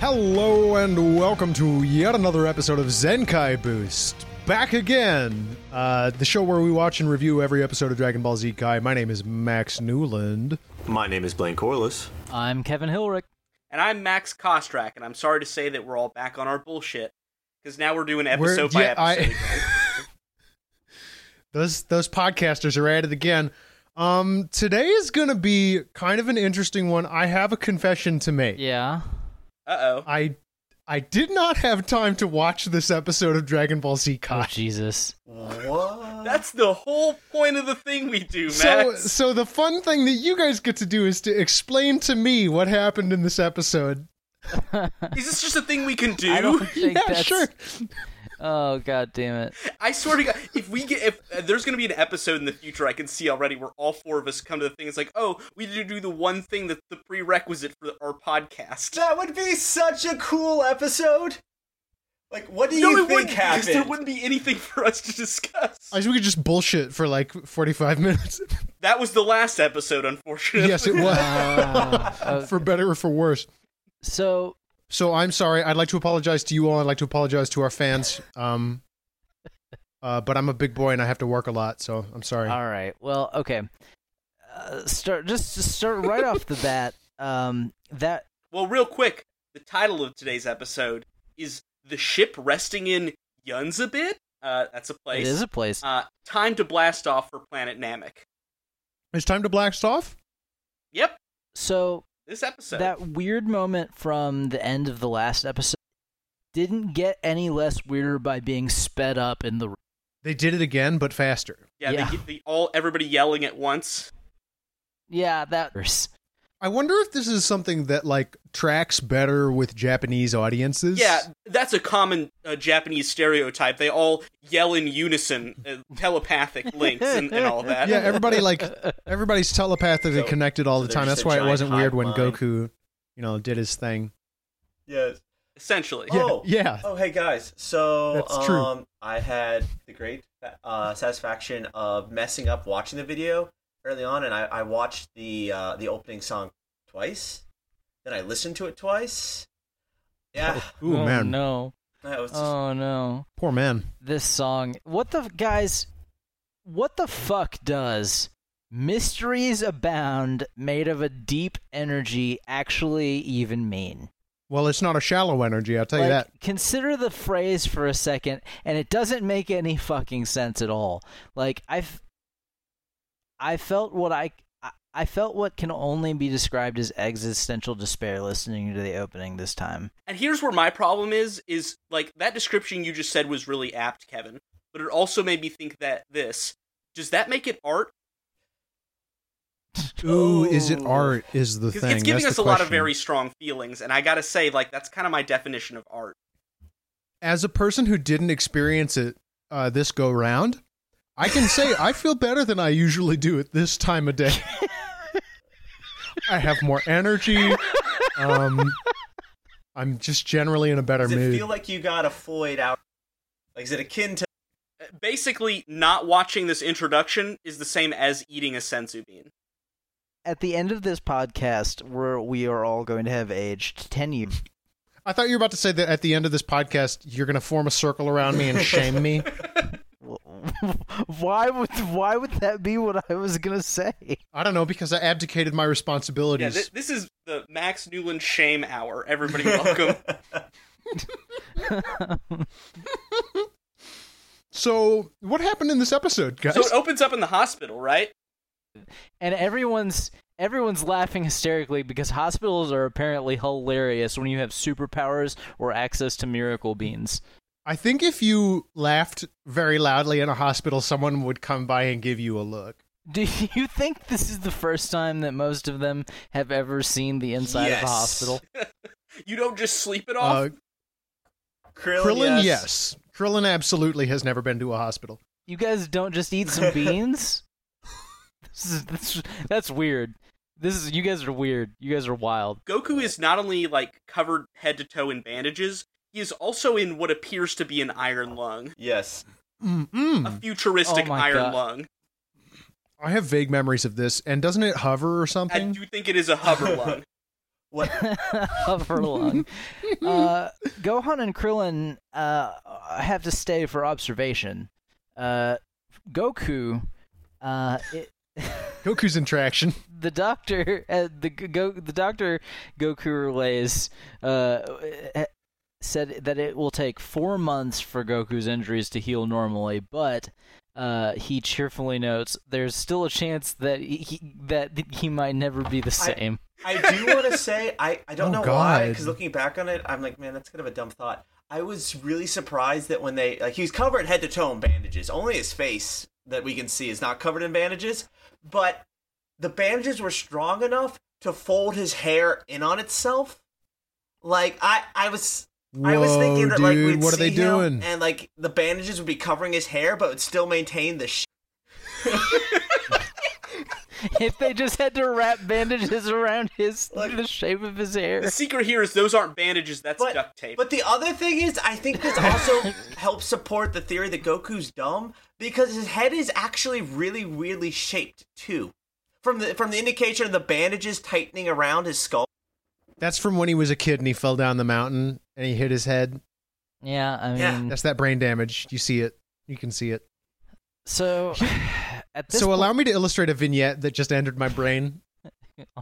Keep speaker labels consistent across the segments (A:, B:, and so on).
A: Hello and welcome to yet another episode of Zenkai Boost. Back again, uh, the show where we watch and review every episode of Dragon Ball Z Kai. My name is Max Newland.
B: My name is Blaine Corliss.
C: I'm Kevin Hilrich.
D: And I'm Max Kostrak, and I'm sorry to say that we're all back on our bullshit because now we're doing episode
A: We're- yeah,
D: by episode.
A: I- Those those podcasters are at it again. Um, today is going to be kind of an interesting one. I have a confession to make.
C: Yeah.
D: Uh oh.
A: I I did not have time to watch this episode of Dragon Ball Z
C: Oh,
A: Kai.
C: Jesus.
B: What?
D: That's the whole point of the thing we do,
A: So,
D: Max.
A: so the fun thing that you guys get to do is to explain to me what happened in this episode.
D: Is this just a thing we can do?
C: I don't think
A: yeah,
C: that's.
A: sure.
C: Oh, god damn it.
D: I swear to God, if we get if uh, there's gonna be an episode in the future, I can see already where all four of us come to the thing. It's like, oh, we need to do the one thing that's the prerequisite for our podcast.
E: That would be such a cool episode. Like, what do
D: no,
E: you
D: it
E: think
D: wouldn't, because there
E: happened?
D: wouldn't be anything for us to discuss.
A: I guess we could just bullshit for like forty-five minutes.
D: That was the last episode, unfortunately.
A: yes, it was
C: Ah, oh,
A: for better or for worse.
C: so,
A: So I'm sorry. I'd like to apologize to you all. I'd like to apologize to our fans. Um, uh, but I'm a big boy and I have to work a lot, so I'm sorry.
C: all right. Well, okay. Uh, start just, just start right off the bat. Um, that
D: Well, real quick, the title of today's episode is "The Ship Resting in Yunzabit." Uh, that's a
C: it
D: place.
C: is a place.
D: Uh, time to blast off for Planet Namek.
A: It's time to blast off.
D: Yep,
C: So
D: this episode.
C: that weird moment from the end of the last episode didn't get any less weirder by being sped up in the.
A: They did it again, but faster.
D: yeah,
C: yeah.
D: They, get the, all everybody yelling at once.
C: Yeah, that.
A: I wonder if this is something that like tracks better with Japanese audiences.
D: Yeah, that's a common uh, Japanese stereotype. They all yell in unison, uh, telepathic links, and, and all that.
A: Yeah, everybody like everybody's telepathically
B: So-
A: connected all
B: so
A: the
B: there's
A: time.
B: just
A: That's
B: a
A: why it
B: giant
A: wasn't weird when
B: hive mind.
A: Goku, you know, did his thing.
E: Yes.
D: Essentially,
A: Yeah,
E: Oh.
A: yeah.
E: Oh, hey guys. So,
A: That's
E: um,
A: true.
E: I had the great uh, satisfaction of messing up watching the video early on, and I, I watched the uh, the opening song twice. Then I listened to it twice. Yeah,
A: Ooh
C: oh,
A: man,
C: No.
E: that was just-
C: Oh no.
A: poor man.
C: this song. What the guys? What the fuck does mysteries abound made of a deep energy actually even mean?
A: Well, it's not a shallow energy. I'll tell you
C: Like,
A: that.
C: Consider the phrase for a second, and it doesn't make any fucking sense at all. Like I've, I felt what I. I- I felt what can only be described as existential despair listening to the opening this time.
D: And here's where my problem is is like that description you just said was really apt, Kevin, but it also made me think that this does that make it art?
A: Ooh, is it art? Is the
D: Cuz
A: thing?
D: it's giving
A: That's
D: us
A: the
D: a lot of
A: question.
D: very strong feelings and I got to say like that's kind of my definition of art.
A: As a person who didn't experience it uh, this go round, I can say I feel better than I usually do at this time of day. I have more energy. Um, I'm just generally in a better
E: does it
A: mood.
E: feel like you got a Floyd out? Like, is it akin to?
D: Uh, Basically, not watching this introduction is the same as eating a senzu bean.
C: At the end of this podcast, where we are all going to have aged ten years,
A: I thought you were about to say that at the end of this podcast, you're going to form a circle around me and shame me.
C: why would why would that be what I was gonna say?
A: I don't know because I abdicated my
D: Yeah,
A: responsibilities.
D: thi- this is the Max Newland shame hour. Everybody welcome.
A: so, what happened in this episode, guys?
D: so it opens up in the hospital, right?
C: And everyone's everyone's laughing hysterically because hospitals are apparently hilarious when you have superpowers or access to miracle beans.
A: I think if you laughed very loudly in a hospital, someone would come by and give you a look.
C: Do you think this is the first time that most of them have ever seen the inside of
E: Yes.
C: a hospital?
D: You don't just sleep it off.
A: Uh,
E: Krillin,
A: Krillin, yes. Krillin absolutely has never been to a hospital.
C: You guys don't just eat some beans? this is this, that's weird. This is you guys are weird. You guys are wild.
D: Goku is not only like covered head to toe in bandages, he is also in what appears to be an iron lung,
E: Yes.
D: a
A: Mm-mm.
D: futuristic
C: Oh my
D: iron
C: God.
D: lung.
A: I have vague memories of this, and doesn't it hover or
D: I
A: something?
D: do think it is a hover lung.
E: What?
C: for long. Uh, Gohan and Krillin uh, have to stay for observation. Uh, Goku, uh, it,
A: Goku's in traction.
C: the doctor, uh, the G- go, the doctor Goku relays uh, eh, said that it will take four months for Goku's injuries to heal normally, but. Uh, he cheerfully notes there's still a chance that he, he that he might never be the same.
E: I do want to say I, I don't
A: Oh,
E: know why
A: God.
E: because looking back on it, I'm like, man, that's kind of a dumb thought. I was really surprised that when they like he was covered head to toe in bandages. Only his face that we can see is not covered in bandages, but the bandages were strong enough to fold his hair in on itself. Like I I was I was thinking that
A: dude,
E: like we'd
A: what are
E: see
A: they
E: him
A: doing?
E: and like the bandages would be covering his hair, but would still maintain the. Sh-
C: if they just had to wrap bandages around his
E: Like-
C: the shape of his hair.
D: the secret here is those aren't bandages, that's
E: But,
D: duct tape.
E: but the other thing is, I think this also helps support the theory that Goku's dumb because his head is actually really weirdly shaped too. From the from the indication of the bandages tightening around his skull.
A: That's from when he was a kid and he fell down the mountain and he hit his head.
C: Yeah, I
E: Yeah.
C: mean,
A: That's that brain damage. You see it. You can see it.
C: so at this
A: so
C: point,
A: allow me to illustrate a vignette that just entered my brain.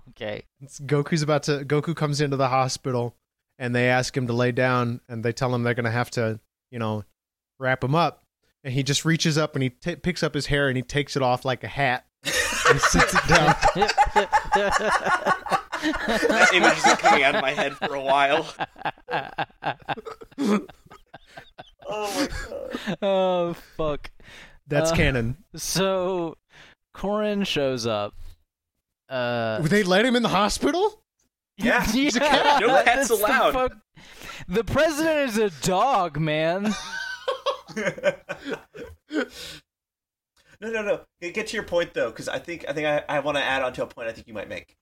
C: okay.
A: It's Goku's about to Goku comes into the hospital and they ask him to lay down and they tell him they're going to have to, you know, wrap him up. And he just reaches up and he t- picks up his hair and he takes it off like a hat. and sits it down.
D: that image isn't coming out of my head for a while.
E: Oh my
C: oh fuck.
A: That's
C: Uh.
A: canon.
C: So Corin shows up. Uh
A: They let him in the hospital?
E: Yeah,
A: he's a
C: yeah,
A: cat.
D: No cats
C: that's the
D: allowed.
C: fuck- The, president is a dog, man.
E: no, no, no. Get- Get to your point though, because I think I think I, I want to add on to a point I think you might make.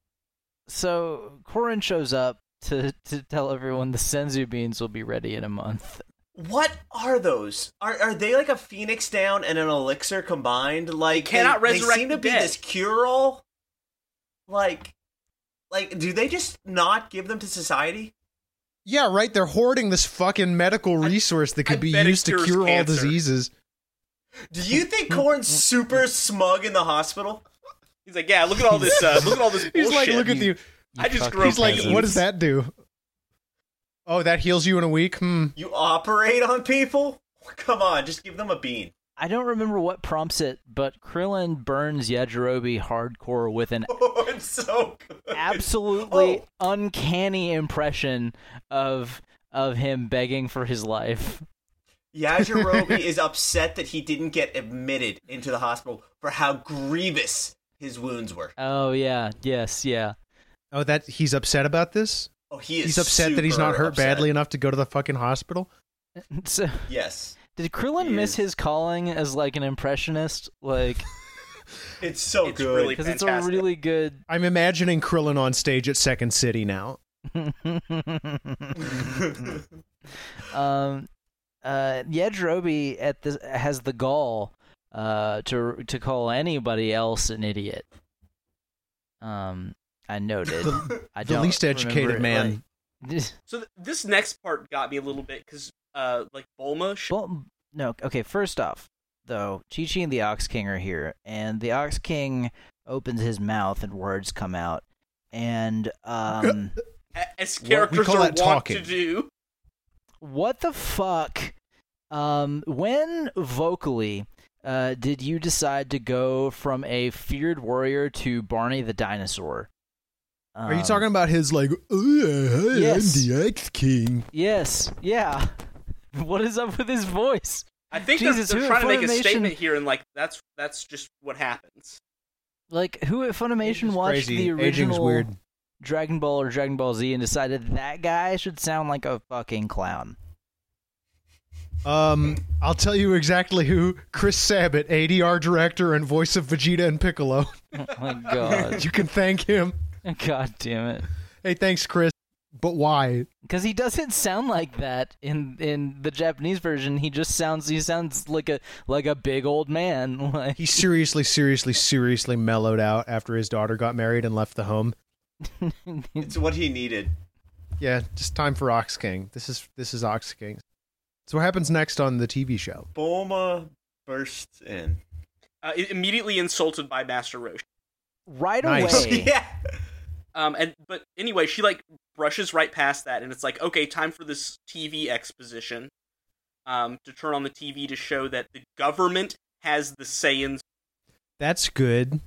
C: So Corin shows up to to tell everyone the senzu beans will be ready in a month.
E: What are those? Are are they like a phoenix down and an elixir combined? Like
D: cannot
E: they,
D: resurrect
E: They seem
D: the
E: to be
D: dead.
E: this cure all. Like, like do they just not give them to society?
A: Yeah, right. They're hoarding this fucking medical resource that could
D: I
A: be
D: bet it
A: used to
D: cures
A: cure all
D: cancer.
A: diseases.
E: Do you think Corn's super smug in the hospital?
D: He's like, yeah, look at all this, uh, look at all this bullshit.
A: He's like, look at the.
D: I just
C: fucking
D: grew up
A: He's like,
D: peasant.
A: what does that do? Oh, that heals you in a week. Hmm.
E: You operate on people? Come on, just give them a bean.
C: I don't remember what prompts it, but Krillin burns Yajirobe hardcore with an
E: Oh, it's so good. Oh,
C: absolutely uncanny impression of of him begging for his life.
E: Yajirobe is upset that he didn't get admitted into the hospital for how grievous his wounds were.
C: Oh yeah, yes, yeah.
A: Oh, that he's upset about this.
E: Oh, he is
A: He's upset that he's not
E: super
A: hurt
E: upset.
A: badly enough to go to the fucking hospital.
C: So
E: Yes.
C: did Krillin
E: He
C: miss
E: is-
C: his calling as like an impressionist? Like
E: It's so
D: It's
E: good.
D: really-
C: because it's a
D: Fantastic.
C: really good.
A: I'm imagining Krillin on stage at Second City now. Mm-hmm.
C: um, uh, Yajirobe at the has the gall uh to to call anybody else an idiot. Um, I noted. I
A: The
C: don't
A: least educated
C: remember it,
A: man.
C: like-
D: So th- this next part got me a little bit because, uh, like Bulma, sh-
C: Well, no. Okay, first off, though, Chi Chi and the Ox King are here, and the Ox King opens his mouth and words come out, and um,
D: a- as
A: What- we
D: characters
A: call
D: are
A: that
D: wont
A: talking.
D: to do.
C: what the fuck? Um, when vocally. Uh, did you decide to go from a feared warrior to Barney the dinosaur?
A: Are you
C: Um,
A: talking about his like? Oh, yeah, hi,
C: Yes.
A: I'm the X King.
C: Yes. Yeah. What is up with his voice?
D: I think
C: Jesus,
D: they're,
C: who
D: they're
C: at
D: trying to make a
C: Funimation-
D: statement here, and like that's that's just what happens.
C: Like, who at Funimation
A: Aging's
C: watched
A: crazy.
C: the
A: Aging's
C: original
A: weird.
C: Dragon Ball or Dragon Ball Z and decided that guy should sound like a fucking clown?
A: Um, I'll tell you exactly who Chris Sabat, ADR director and voice of Vegeta and Piccolo.
C: Oh my god,
A: you can thank him.
C: god damn it!
A: Hey, thanks, Chris. But why?
C: Because he doesn't sound like that in in the Japanese version. He just sounds he sounds like a like a big old man. Like
A: He seriously, seriously, seriously mellowed out after his daughter got married and left the home.
E: It's what he needed.
A: Yeah, just time for Ox King. This is this is Ox King. So what happens next on the TV show?
E: Bulma bursts in.
D: Uh, i- immediately insulted by Master Roshi.
C: right
A: Nice.
C: away.
E: yeah.
D: Um, and but anyway, she like brushes right past that, and it's like, okay, time for this TV exposition. Um, to turn on the TV to show that the government has the Saiyans.
A: That's good.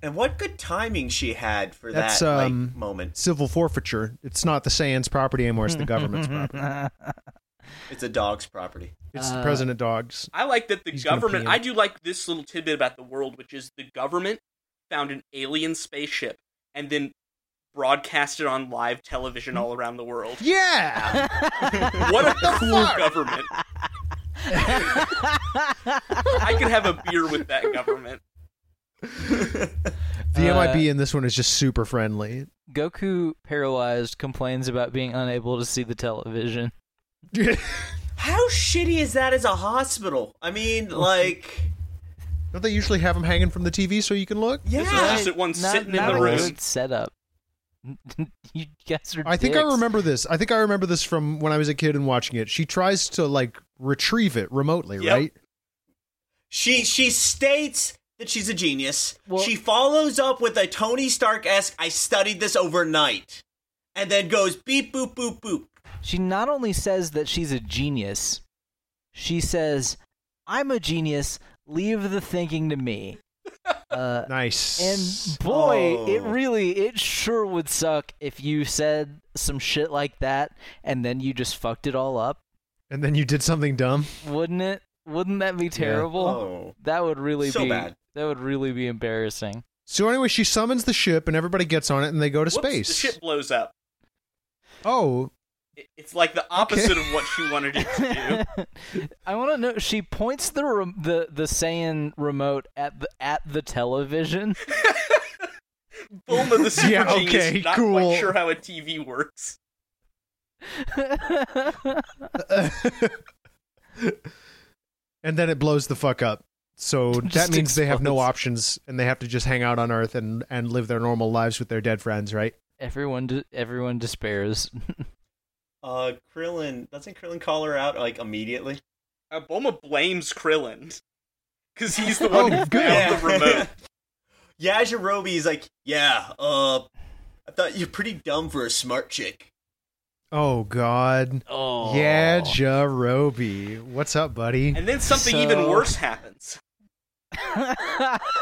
E: And what good timing she had for
A: That's,
E: that
A: um,
E: like moment.
A: Civil forfeiture. It's not the Saiyans' property anymore. It's the government's
C: Uh,
A: property.
E: It's a dog's property.
A: It's the
C: Uh,
A: President Dogs.
D: I like that the
A: He's gonna
D: government.
A: pee him.
D: I do like this little tidbit about the world, which is the government found an alien spaceship and then broadcast it on live television all around the world.
A: Yeah.
D: What a cool government! I could have a beer with that government.
A: The
C: Uh,
A: MIB in this one is just super friendly.
C: Goku paralyzed complains about being unable to see the television.
E: How shitty is that as a hospital? I mean, like,
A: Don't they usually have them hanging from the TV so you can look?
E: yeah.
D: This is just at one
C: Not-
D: sitting in
C: not
D: the
C: a
D: room.
C: good setup. you guys are.
A: I think I
C: dicks.
A: remember this. I think I remember this from when I was a kid and watching it. She tries to like retrieve it remotely,
D: Yep.
A: right?
E: She she states that she's a genius.
C: Well-
E: she follows up with a Tony Stark esque "I studied this overnight," and then goes beep boop boop boop.
C: She not only says that she's a genius, she says, "I'm a genius. Leave the thinking to me." Uh,
A: Nice.
C: and boy,
E: Oh.
C: it really, it sure would suck if you said some shit like that and then you just fucked it all up,
A: And then you did something dumb.
C: wouldn't it? Wouldn't that be terrible?
E: Oh,
C: That would really
E: So
C: be
E: bad.
C: that would really be embarrassing.
A: So anyway, she summons the ship and everybody gets on it and they go to
D: Whoops,
A: space.
D: The ship blows up.
A: Oh,
D: It- It's like the opposite of what she wanted it to
C: I want to know. She points the re- the the Saiyan remote at the at the television.
D: do. Bulma the super
A: Yeah,
D: genius,
A: okay,
D: not
A: cool.
D: quite sure how a TV works.
A: and then it blows the fuck up. So that
C: Just
A: means they have no
C: explodes.
A: options and they have to just hang out on Earth and and live their normal lives with their dead friends, right?
C: everyone, de- everyone despairs.
E: uh, Krillin doesn't Krillin call her out like immediately?
D: Uh, Bulma blames Krillin because he's the one
A: Oh,
D: who
A: good.
D: found the remote.
E: yeah, Jirobe is like, yeah. Uh, I thought you're pretty dumb for a smart chick.
A: Oh God.
C: oh,
A: Yeah, Jarobi. What's up, buddy?
D: And then something
C: So-
D: even worse happens.
A: Oh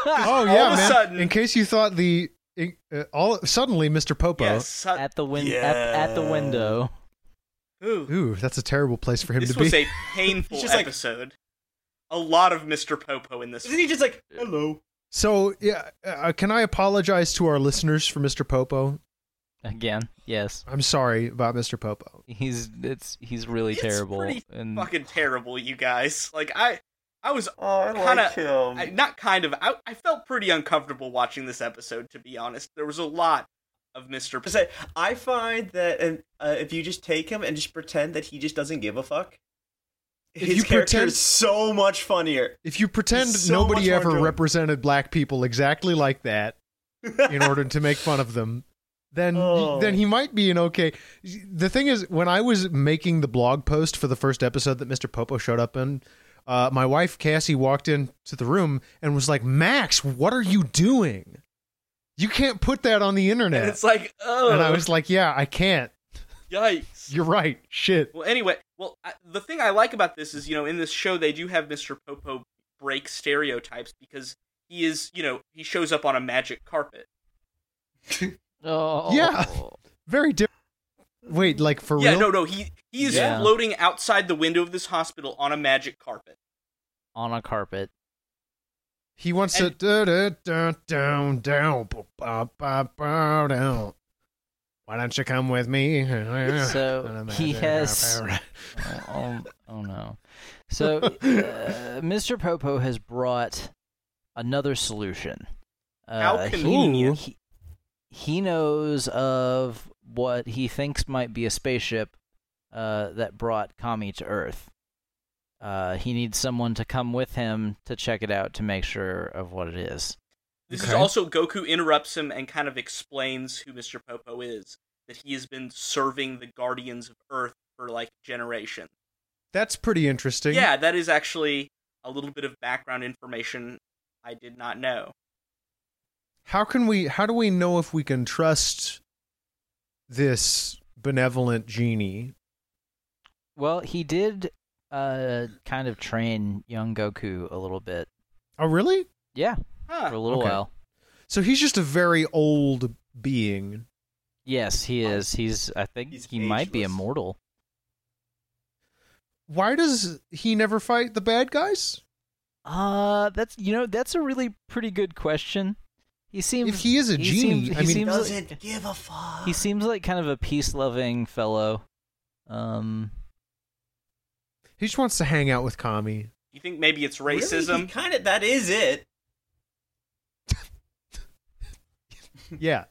D: all
A: yeah,
D: of a
A: man.
D: sudden-
A: in case you thought the in- uh, all suddenly Mr. Popo.
D: Yes, su-
C: at the win- at, at the
E: Yeah.
C: window.
D: ooh,
A: Ooh, that's a terrible place for him
D: this
A: to be.
D: was a painful
E: He's just like-
D: episode. a lot of Mr. Popo in this.
E: Isn't he just like, hello?
A: so yeah, uh, can I apologize to our listeners for Mr. Popo?
C: Again, yes,
A: I'm sorry about Mr. Popo.
C: he's it's he's really
D: It's
C: terrible.
D: pretty
A: Hmm.
C: and
D: Fucking terrible, you guys. Like I, I was
E: Oh, I
D: like
E: him.
A: Um,
D: I, not kind of. I, I felt pretty uncomfortable watching this episode. To be honest, there was a lot of Mr.
E: Just
D: Popo.
E: say, I find that and, uh, if you just take him and just pretend that he just doesn't give a fuck,
A: If
E: his
A: you
E: character
A: pretend-
E: is so much funnier.
A: If you pretend
E: He's so much
A: nobody
E: more
A: ever
E: enjoyable.
A: represented black people exactly like that in order to make fun of them, then
E: Oh.
A: then he might be an okay. The thing is, when I was making the blog post for the first episode that Mr. Popo showed up in, uh, my wife Cassie walked into the room and was like, "Max, what are you doing? You can't put that on the internet."
D: And it's like, oh,
A: And I was like, "Yeah, I can't.
D: yikes.
A: You're right. Shit."
D: Well, anyway, well, I, the thing I like about this is, you know, in this show they do have Mr. Popo break stereotypes because he is, you know, he shows up on a magic carpet.
C: oh
A: Yeah. Very different. Wait, like for
D: yeah,
A: real?
D: no, no, he he is
C: Yeah.
D: floating outside the window of this hospital on a magic carpet.
C: on a carpet.
A: He wants to
D: And-
A: da, da, da, down down ba, ba, ba, ba, down. Why don't you come with me?
C: So, he has- oh, oh- oh no. So, uh, Mr. Popo has brought another solution. Uh,
D: How
C: he-
D: convenient.
C: He, he knows of what he thinks might be a spaceship uh, that brought Kami to Earth. Uh, he needs someone to come with him to check it out to make sure of what it is.
D: This is
A: Okay.
D: also Goku interrupts him and kind of explains who Mr. Popo is. That he has been serving the Guardians of Earth for like generations.
A: That's pretty interesting.
D: Yeah, that is actually a little bit of background information I did not know.
A: How can we? How do we know if we can trust this benevolent genie?
C: Well, he did uh, kind of train young Goku a little bit.
A: Oh, really?
C: Yeah,
D: Huh.
C: for a little
A: okay.
C: while.
A: So he's just a very old being.
C: Yes, he is. He's. I think
E: He's
C: he might be
E: ageless.
C: immortal.
A: Why does he never fight the bad guys?
C: Uh, that's you know that's a really pretty good question. He seems.
A: If he is a genie,
C: seems-
A: I mean-
C: he seems
E: Doesn't
C: like,
E: give a fuck.
C: he seems like kind of a peace-loving fellow. Um,
A: He just wants to hang out with Kami.
D: You think maybe it's racism?
E: kind of. That is it.
A: Yeah.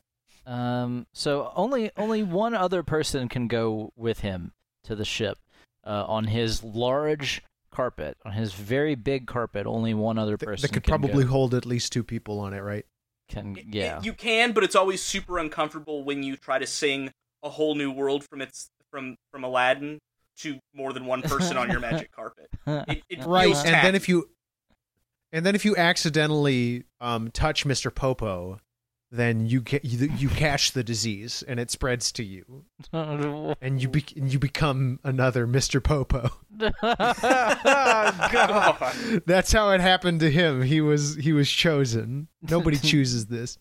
C: um. So only only one other person can go with him to the ship, uh, on his large carpet, on his very big carpet. Only one other
A: Th-
C: person
A: that could
C: can go-
A: probably hold at least two people on it, right?
C: can
A: Mm,
D: It- it-
C: yeah.
D: you can, but it's always super uncomfortable when you try to sing a whole new world from its from from Aladdin to more than one person on your magic carpet. It, it
A: right
D: feels
A: and then
D: tacky.
A: if you and then if you accidentally um, touch mr popo then you ca- you, you catch the disease and it spreads to you and you be- and you become another mr popo that's how it happened to him he was he was chosen nobody chooses this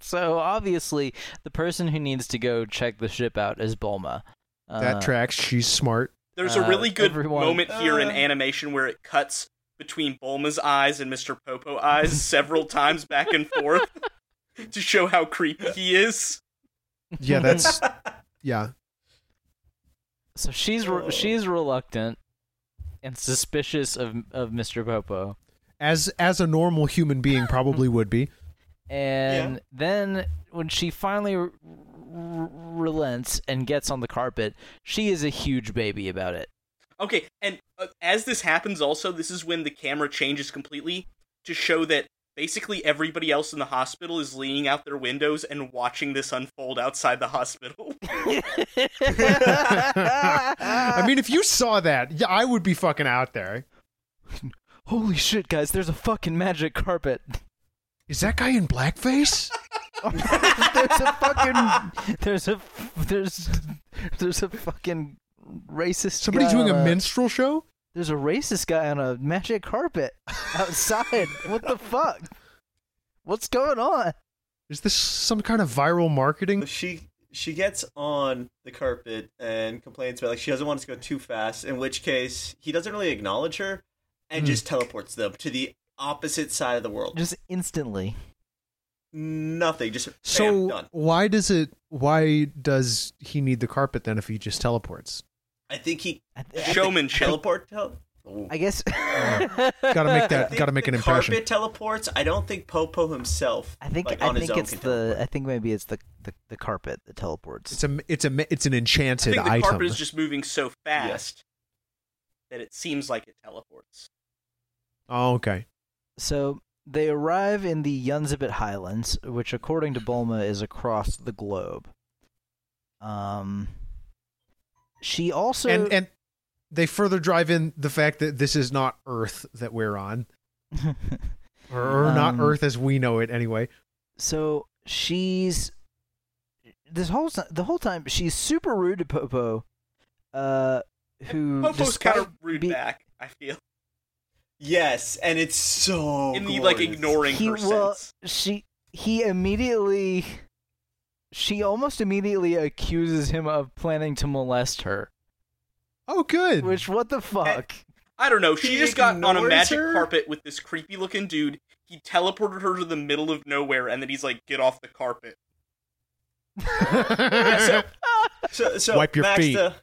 C: so obviously, the person who needs to go check the ship out is Bulma. Uh,
A: that tracks she's smart
D: There's a
C: Uh,
D: really good
C: everyone-
D: moment here in
E: Uh.
D: animation where it cuts between Bulma's eyes and Mr. Popo eyes several times back and forth to show how creepy he is.
A: yeah that's yeah
C: So she's re- she's reluctant and suspicious of of Mr. Popo,
A: as as a normal human being probably would be
C: and then when she finally r- r- relents and gets on the carpet, she is a huge baby about it.
D: Okay, and uh, as this happens, also, this is when the camera changes completely to show that basically everybody else in the hospital is leaning out their windows and watching this unfold outside the hospital.
A: i mean if you saw that yeah i would be fucking out there
C: Holy shit, guys! There's a fucking magic carpet.
A: is that guy in blackface
C: there's a fucking there's a there's there's a fucking racist
A: Somebody
C: guy
A: doing
C: on
A: a minstrel show?
C: there's a racist guy on a magic carpet outside what the fuck what's going on
A: Is this some kind of viral marketing?
E: She she gets on the carpet and complains about like she doesn't want us to go too fast. In which case, he doesn't really acknowledge her and
A: Hmm.
E: just teleports them to the opposite side of the world.
C: just instantly
E: Nothing. Just bam,
A: So
E: done.
A: why does it? Why does he need the carpet then if he just teleports?
E: I think he
C: i,
D: Showmanship.
E: teleport. Tel- Ooh.
C: I guess
A: Gotta make
E: I
A: that.
E: think
A: Gotta make
E: the
A: an impression.
E: Carpet teleports. I don't think Popo himself.
C: i think
E: like,
C: i
E: on his
C: think
E: own
C: it's
E: can
C: the i think maybe it's the the, the carpet that teleports
A: It's a. It's a. It's an
D: I
A: enchanted
D: think the
A: item.
D: carpet is just moving so fast that it seems like it teleports.
A: oh, okay.
C: So they arrive in the Yunzabit Highlands, which, according to Bulma, is across the globe. Um, she also
A: and and they further drive in the fact that this is not Earth that we're on, or not
C: Um,
A: Earth as we know it anyway.
C: so she's this whole si- the whole time she's super rude to Popo, uh, who
D: Popo's
C: despite
D: kind of rude
C: be-
D: back, I feel.
E: Yes, and it's so
D: in the like
E: Oh, glorious.
D: ignoring
C: He
D: her
C: well
D: sense.
C: she he immediately she almost immediately accuses him of planning to molest her.
A: Oh, good.
C: Which what the fuck?
D: I don't know. She
E: He
D: just got on a
E: ignores
D: magic
E: her?
D: carpet with this creepy looking dude. He teleported her to the middle of nowhere, and then he's like, "Get off the carpet."
E: so, so, so
A: Wipe your
E: Max,
A: feet.
E: To,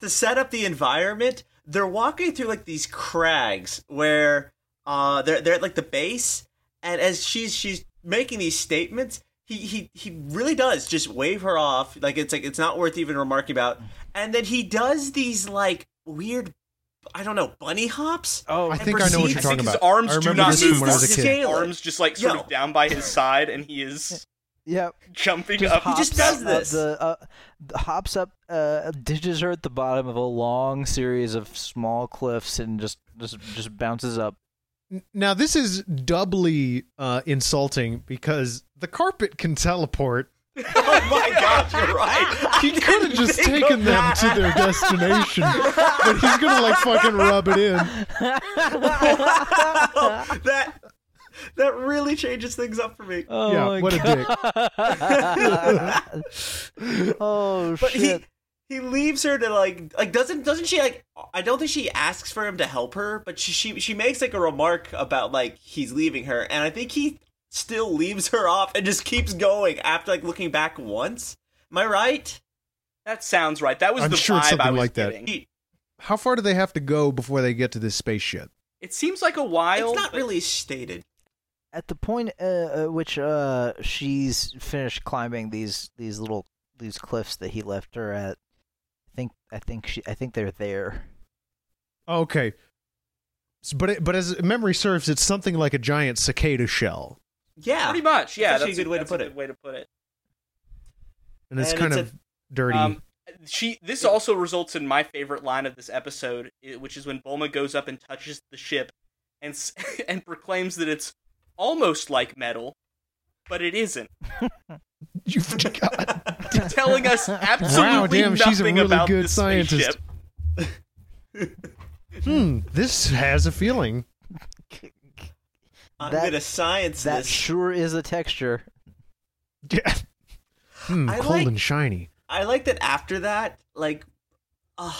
E: to set up the environment, they're walking through like these crags where uh they're they're at like the base, and as she's she's making these statements, he he he really does just wave her off like it's like it's not worth even remarking about, and then he does these like weird, I don't know, bunny hops.
C: Oh,
A: I think I know what
E: proceeds-
A: you're
D: I
A: talking
D: think his
A: about.
D: arms
A: I
D: do
A: remember
D: not
A: this from
D: move.
A: when I was a kid.
E: Scale it.
D: arms just like sort
E: Yo.
D: of down by his side, and he is
C: yep.
D: jumping
C: Just
D: up.
C: hops
E: just does
C: up
E: this.
C: The, uh, the- hops up, uh, ditches her at the bottom of a long series of small cliffs, and just just just bounces up.
A: Now this is doubly uh, insulting because the carpet can teleport.
E: Oh my god, you're right.
A: He could have just taken them to their destination, but he's gonna like fucking rub it in.
E: Wow, that that really changes things up for me.
C: Oh
A: Yeah,
C: my
A: what a dick.
C: god! oh
E: But
C: shit!
E: he he leaves her to like like doesn't doesn't she like I don't think she asks for him to help her, but she she, she makes like a remark about like he's leaving her, and I think he still leaves her off and just keeps going after like looking back once. Am I right?
D: That sounds right. That was
A: I'm
D: the
A: sure
D: vibe
A: it's
D: I
A: something
D: was
A: like that.
D: getting.
E: He,
A: How far do they have to go before they get to this spaceship?
D: It seems like a while.
E: it's not
D: but-
E: really stated.
C: At the point uh, at which uh, she's finished climbing these these little these cliffs that he left her at, I think I think she I think they're there.
A: Okay, S- but it, but as memory serves, it's something like a giant cicada shell,
E: Yeah,
D: pretty much. Yeah,
E: actually
D: that's
E: a good way to
D: that's
E: put
D: a
E: it.
D: Good way to put it.
A: and it's
E: And
A: kind
E: it's
A: of dirty.
D: Um, she. This also results in my favorite line of this episode, i- which is when Bulma goes up and touches the ship, and s- and proclaims that it's almost like metal, but it isn't,
A: You've got
D: telling us absolutely
A: wow, damn,
D: nothing
A: she's a really
D: about
A: good
D: this
A: scientist.
D: spaceship.
A: Hmm, this has a feeling.
E: I'm
C: That-
E: gonna science
C: That
E: this.
C: sure is a texture.
A: Yeah. Hmm,
E: I
A: cold
E: like-
A: and shiny.
E: I like that after that, like, uh,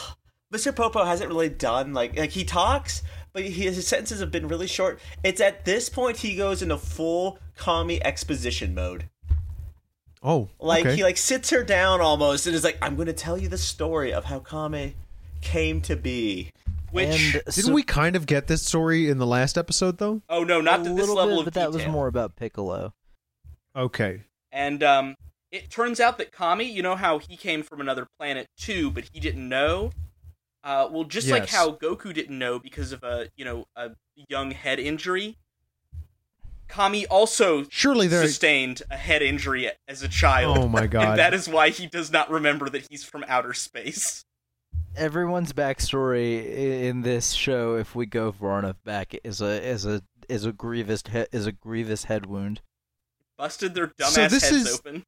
E: Mr. Popo hasn't really done like like he talks, but he, his sentences have been really short. It's at this point he goes into full commie exposition mode.
A: Oh,
E: Like
A: okay.
E: he like sits her down almost and is like, "I'm going to tell you the story of how Kami came to be."
D: Which
C: and
A: Didn't
C: so-
A: we kind of get this story in the last episode though?
D: oh no, not
C: a
D: to this
C: little
D: level
C: bit,
D: of
C: but that
D: detail.
C: was more about Piccolo.
A: Okay.
D: And um, it turns out that Kami, you know how he came from another planet too, but he didn't know. Uh, well, just like
A: Yes.
D: how Goku didn't know because of a you know a young head injury. Kami also
A: Surely there
D: sustained a head injury as a child.
A: Oh my god.
D: And that is why he does not remember that he's from outer space.
C: Everyone's backstory i- in this show, if we go far enough back, is a is a is a grievous he- is a grievous head wound.
D: Busted their dumbass
A: So this
D: heads
A: is-
D: open.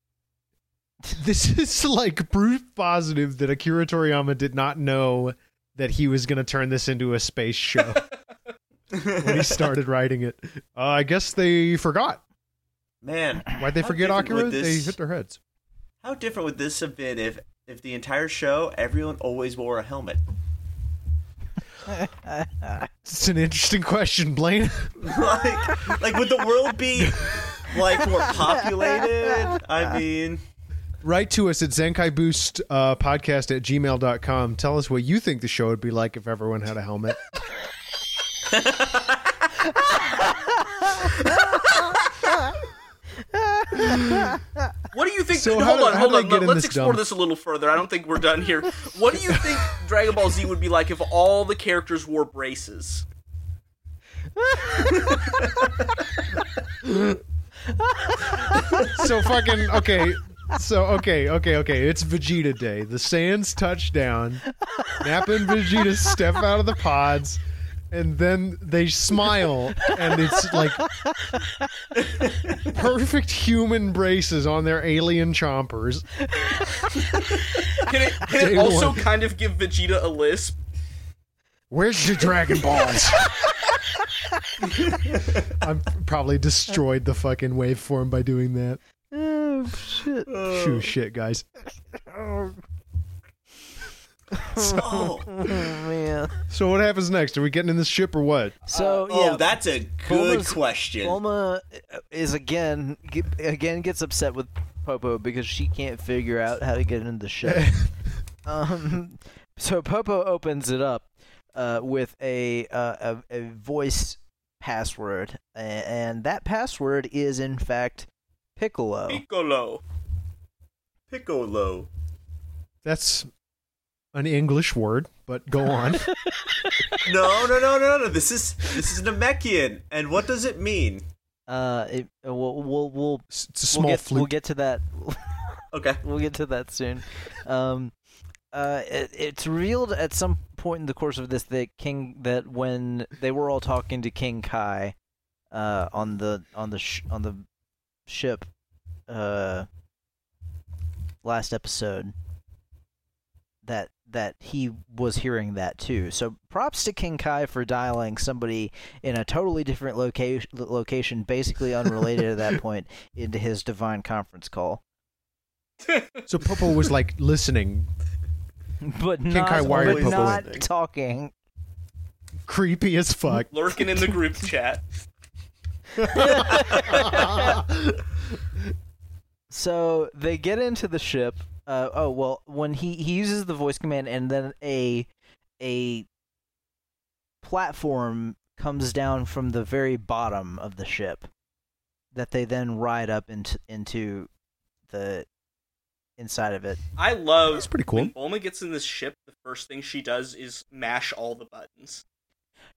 A: this is like proof positive that Akira Toriyama did not know that he was going to turn this into a space show when he started writing it. Uh, I guess they forgot.
E: Man,
A: Why'd they
E: How
A: forget
E: different
A: Akira?
E: would this-
A: They hit their heads.
E: how different would this have been if if the entire show everyone always wore a helmet?
A: It's an interesting question, Blaine.
E: like, like would the world be like more populated? I mean,
A: Write to us at zenkaiboost uh, podcast at gmail.com. Tell us what you think the show would be like if everyone had a helmet.
D: What do you think?
A: So
D: no,
A: how
D: hold
A: do-
D: on,
A: how
D: hold
A: do I
D: on.
A: get
D: Let,
A: in
D: us
A: this
D: explore
A: dump?
D: this a little further. I don't think we're done here. What do you think Dragon Ball Z would be like if all the characters wore braces?
A: so fucking okay. So okay, okay, okay. It's Vegeta Day. The Saiyans touch down. Nappa and Vegeta step out of the pods, and then they smile, and it's like perfect human braces on their alien chompers.
D: Can it, can
A: Day
D: it also
A: one.
D: kind of give Vegeta a lisp?
A: Where's your Dragon Balls? I'm probably destroyed the fucking waveform by doing that.
C: Oh Oh shit.
A: Shoo, shit, guys.
C: Oh,
E: Oh,
C: man.
A: So what happens next? Are we getting in this ship or what?
C: So
E: oh,
C: yeah,
E: that's a good
C: Bulma's-
E: question.
C: Bulma uh, is again ge- again gets upset with Popo because she can't figure out how to get into the ship. um, so Popo opens it up uh, with a, uh, a a voice password, a- and that password is in fact Piccolo.
D: Piccolo.
E: Piccolo.
A: That's an English word, but go on.
E: No, no, no, no, no. This is this is Namekian, and what does it mean?
C: Uh, it, uh, we'll we'll we'll,
A: It's a
C: we'll
A: small
C: get
A: flute.
C: we'll get to that
E: Okay.
C: we'll get to that soon. Um, uh, it, it's revealed at some point in the course of this that King that when they were all talking to King Kai, uh, on the on the sh- on the ship, uh, last episode, that that he was hearing that too. So props to King Kai for dialing somebody in a totally different location location, basically unrelated at that point, into his divine conference call.
A: so Popo was like listening,
C: but
A: King
C: not,
A: Kai wired
C: but
A: Popo
C: not
E: in.
C: talking.
A: creepy as fuck.
D: Lurking in the group chat.
C: So they get into the ship. Uh, oh well, when he he uses the voice command, and then a a platform comes down from the very bottom of the ship that they then ride up into into the inside of it.
D: I love
A: That's pretty cool.
D: when Bulma gets in this ship, the first thing she does is mash all the buttons.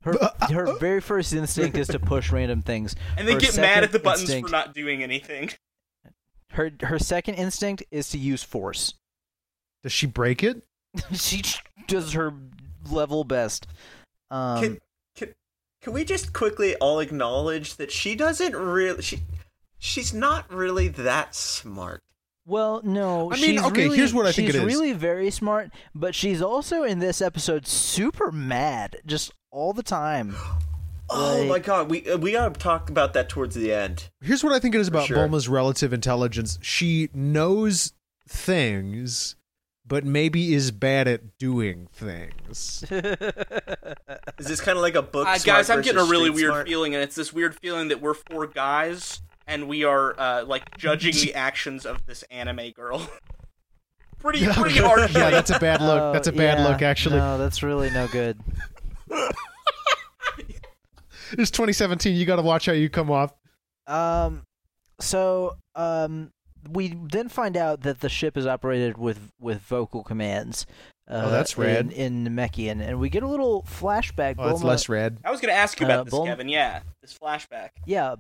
C: Her her very first instinct is to push random things,
D: And then
C: Her
D: get mad
C: second
D: at the buttons
C: instinct-
D: for not doing anything.
C: Her her second instinct is to use force.
A: Does she break it?
C: she does her level best. Um,
E: Can, can can we just quickly all acknowledge that she doesn't really she she's not really that smart.
C: Well, no.
A: I mean,
C: she's
A: okay,
C: really-
A: here's what I think
C: she's
A: it is.
C: really very smart, but she's also in this episode super mad, just all the time.
E: Oh
C: Like-
E: my god, we uh, we gotta talk about that towards the end.
A: Here's what I think it is about
E: sure.
A: Bulma's relative intelligence. She knows things, but maybe is bad at doing things.
E: Is this kind of like a book?
D: Uh,
E: smart
D: guys, I'm getting a
E: versus
D: really
E: street
D: weird
E: smart?
D: feeling, and it's this weird feeling that we're four guys and we are uh, like judging the actions of this anime girl. pretty, pretty hard.
A: yeah, that's a bad look.
C: Oh,
A: that's a bad
C: yeah,
A: look, actually.
C: No, that's really no good.
A: It's 2017. You got to watch how you come off.
C: Um, so um, we then find out that the ship is operated with with vocal commands. Uh,
A: Oh, that's rad.
C: In, in Namekian, and we get a little flashback.
A: Oh, that's
C: Bulma-
A: less rad.
D: I was going to ask you about
C: Uh,
D: this,
C: Bulma-
D: Kevin. Yeah, this flashback.
C: Yeah,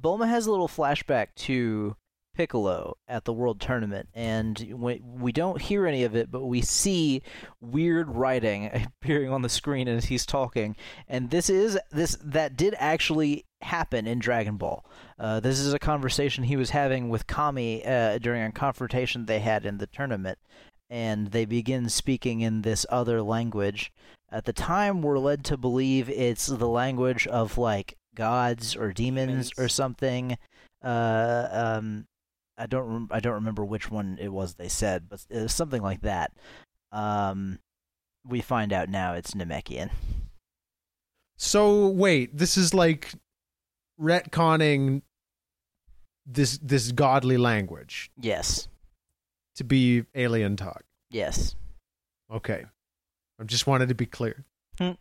C: Bulma has a little flashback to Piccolo at the World Tournament, and we, we don't hear any of it, but we see weird writing appearing on the screen as he's talking. And this is this that did actually happen in Dragon Ball. Uh, this is a conversation he was having with Kami uh, during a confrontation they had in the tournament, and they begin speaking in this other language. At the time, we're led to believe it's the language of like gods or demons,
D: Demons.
C: or something. Uh, um, I don't rem- I don't remember which one it was they said, but it was something like that. Um, we find out now it's Namekian.
A: So wait, this is like retconning this this godly language
C: Yes,
A: to be alien talk.
C: yes.
A: Okay. I just wanted to be clear. Just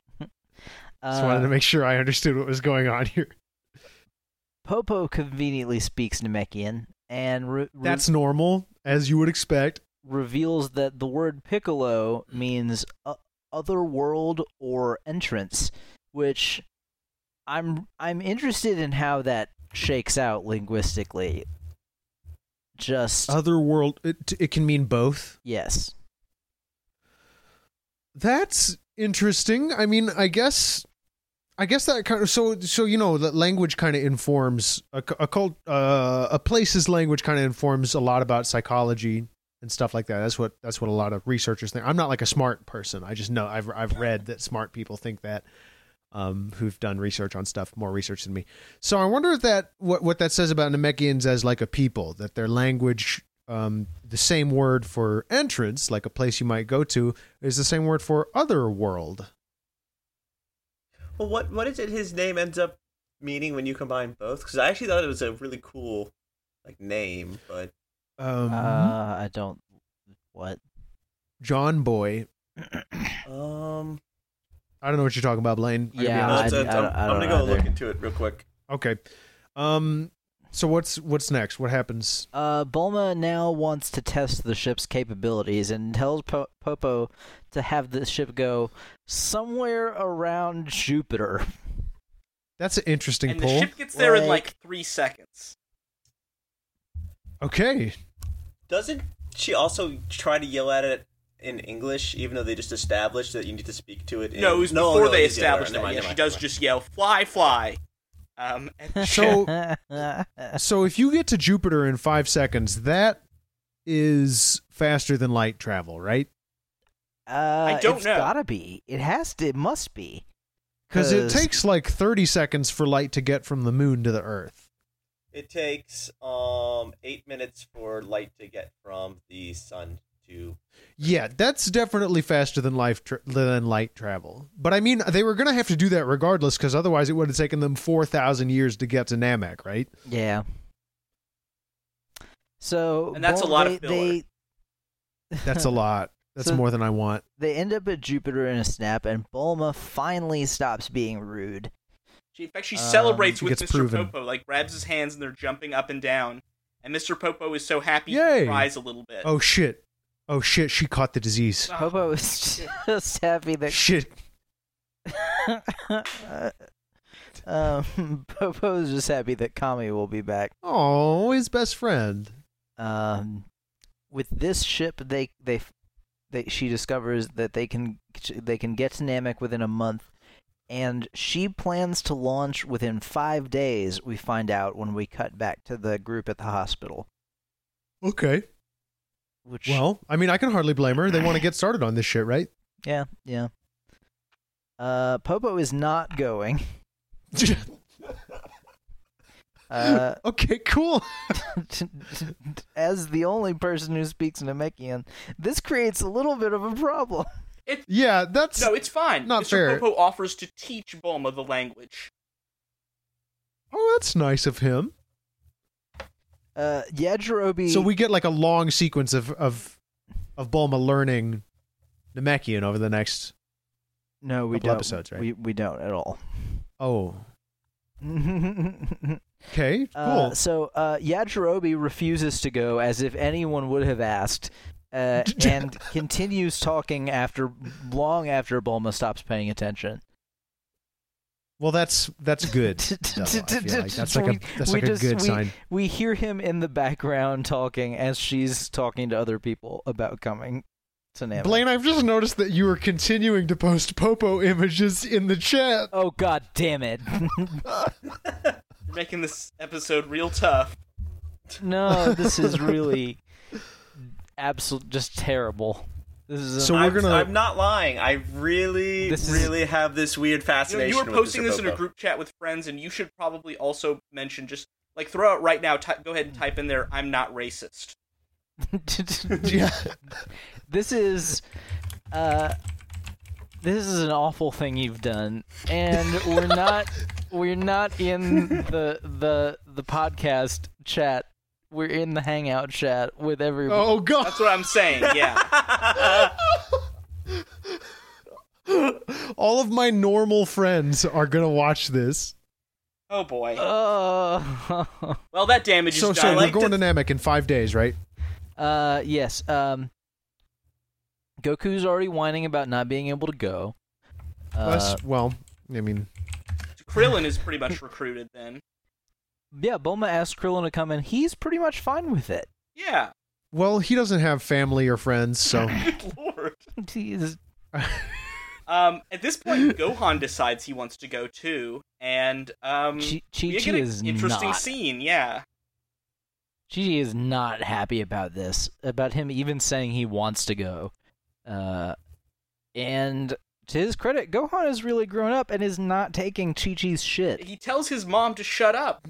C: Uh,
A: wanted to make sure I understood what was going on here.
C: Popo conveniently speaks Namekian and re- re-
A: That's normal, as you would expect.
C: reveals that the word piccolo means o- other world or entrance, which I'm I'm interested in how that shakes out linguistically. Just
A: Other world, it, it can mean both.
C: yes,
A: That's interesting. I mean, I guess, I guess that kind of so so you know, that language kind of informs a, c- a cult, uh, a place's language kind of informs a lot about psychology and stuff like that. That's what that's what a lot of researchers think. I'm not like a smart person. I just know I've I've read that smart people think that. um, who've done research on stuff, more research than me. So I wonder if that what what that says about Namekians as like a people, that their language, um, the same word for entrance, like a place you might go to, is the same word for other world.
E: Well, what what is it? His name ends up meaning when you combine both? Because I actually thought it was a really cool like name, but
A: Um,
C: Uh, I don't. What?
A: John Boy.
E: um,
A: I don't know what you're talking about, Blaine. I gotta be
C: Yeah,
A: honest.
E: it's-
C: Uh,
E: it's-
C: I- I
E: I'm,
C: don't- I
E: I'm
C: don't
E: gonna go
C: either.
E: look into it real quick.
A: Okay. Um. So what's what's next? What happens?
C: Uh, Bulma now wants to test the ship's capabilities and tells po- Popo to have the ship go somewhere around Jupiter.
A: That's an interesting
D: and
A: poll.
D: the ship gets there in
E: Like-
D: like three seconds.
A: Okay.
E: Doesn't she also try to yell at it in English, even though they just established that you need to speak to it? In...
D: No, it was before
E: no,
D: they
E: it's the other
D: established
E: way
D: that.
E: around.
D: Yeah,
E: Never
D: she
E: mind,
D: does
E: never
D: just yell, "Fly, fly!" Um, and
A: So-
C: yeah,
A: So if you get to Jupiter in five seconds, that is faster than light travel, right?
C: I
D: don't know.
C: Uh, Gotta be. It has to. It must be.
A: Because it
C: Uh,
A: takes like thirty seconds for light to get from the moon to the Earth.
E: mind. It takes um eight minutes for light to get from the sun to.
A: Yeah, that's definitely faster than life tra- than light travel. But I mean, they were gonna have to do that regardless, because otherwise it would have taken them four thousand years to get to Namek, right?
C: Yeah. So
D: And that's a lot
C: they,
D: of filler.
C: They,
A: That's a lot. That's
C: So-
A: more than I want.
C: they end up at Jupiter in a snap, and Bulma finally stops being rude.
D: she, in fact, she
C: Um,
D: celebrates
A: uh, she
D: with
A: gets
D: Mr.
A: proven.
D: Popo, like grabs his hands, and they're jumping up and down. And Mr. Popo is so happy
A: Yay.
D: he cries a little bit.
A: Oh shit! Oh shit! She caught the disease.
D: Ah,
C: Popo is just happy that
A: Shit!
C: um, Popo's just happy that Kami will be back.
A: Oh, his best friend.
C: Um, with this ship, they they they she discovers that they can they can get to Namek within a month, and she plans to launch within five days. We find out when we cut back to the group at the hospital.
A: Okay.
C: Which
A: Well, I mean, I can hardly blame her. They want to get started on this shit, right?
C: yeah yeah. Uh, Popo is not going. Uh,
A: okay, cool.
C: as the only person who speaks Namekian, this creates a little bit of a problem.
A: Yeah, that's
D: No, it's fine.
A: Not
D: Mr.
A: fair.
D: Popo offers to teach Bulma the language.
A: oh, that's nice of him.
C: Uh, Yajirobe.
A: So we get like a long sequence of of of Bulma learning Namekian over the next.
C: no, we
A: couple
C: don't.
A: episodes, right?
C: We we don't at all.
A: Oh, okay, cool.
C: Mm-hmm. Uh, so uh, Yajirobe refuses to go, as if anyone would have asked, uh, and continues talking after long after Bulma stops paying attention.
A: well, that's that's good. though, I feel like. That's like a
C: We-
A: that's
C: we
A: like a
C: just-
A: good
C: we-
A: sign.
C: We hear him in the background talking as she's talking to other people about coming to Namek.
A: Blaine, I've just noticed that you were continuing to post Popo images in the chat.
C: Oh god damn it.
D: You're making this episode real tough.
C: no, this is really absolute just terrible. This is
A: So
C: an-
A: we're
E: I'm,
A: gonna-
E: I'm not lying. I really,
C: This is-
E: really have this weird
D: You, know,
E: fascination.
D: you were
E: with
D: posting
E: Mr.
D: this in a
E: Popo.
D: group chat with friends, and you should probably also mention just like throw out right now. Ty- go ahead and
E: Hmm.
D: type in there. I'm not racist.
A: Yeah.
C: this is uh this is an awful thing you've done and we're not we're not in the the the podcast chat we're in the hangout chat with everyone
A: Oh God.
D: That's what I'm saying. Yeah.
A: All of my normal friends are gonna watch this.
D: Oh boy.
C: Uh,
D: well, that damage
A: so
D: is
A: so
D: done.
A: we're
D: Like,
A: going to Namek in five days, right?
C: uh, yes. Um, Goku's already whining about not being able to go. Uh,
A: Plus, well, I mean,
D: Krillin is pretty much recruited then.
C: yeah, Bulma asked Krillin to come, and he's pretty much fine with it.
D: Yeah.
A: well, he doesn't have family or friends, so
D: Good lord.
C: He's,
D: Um, at this point, Gohan decides he wants to go too, and um,
C: Chi Chi
D: we get
C: Chi
D: an
C: is
D: interesting
C: not.
D: scene. Yeah.
C: Gigi is not happy about this, about him even saying he wants to go. Uh, and to his credit, Gohan has really grown up and is not taking Chi Chi's shit.
D: He tells his mom to shut up.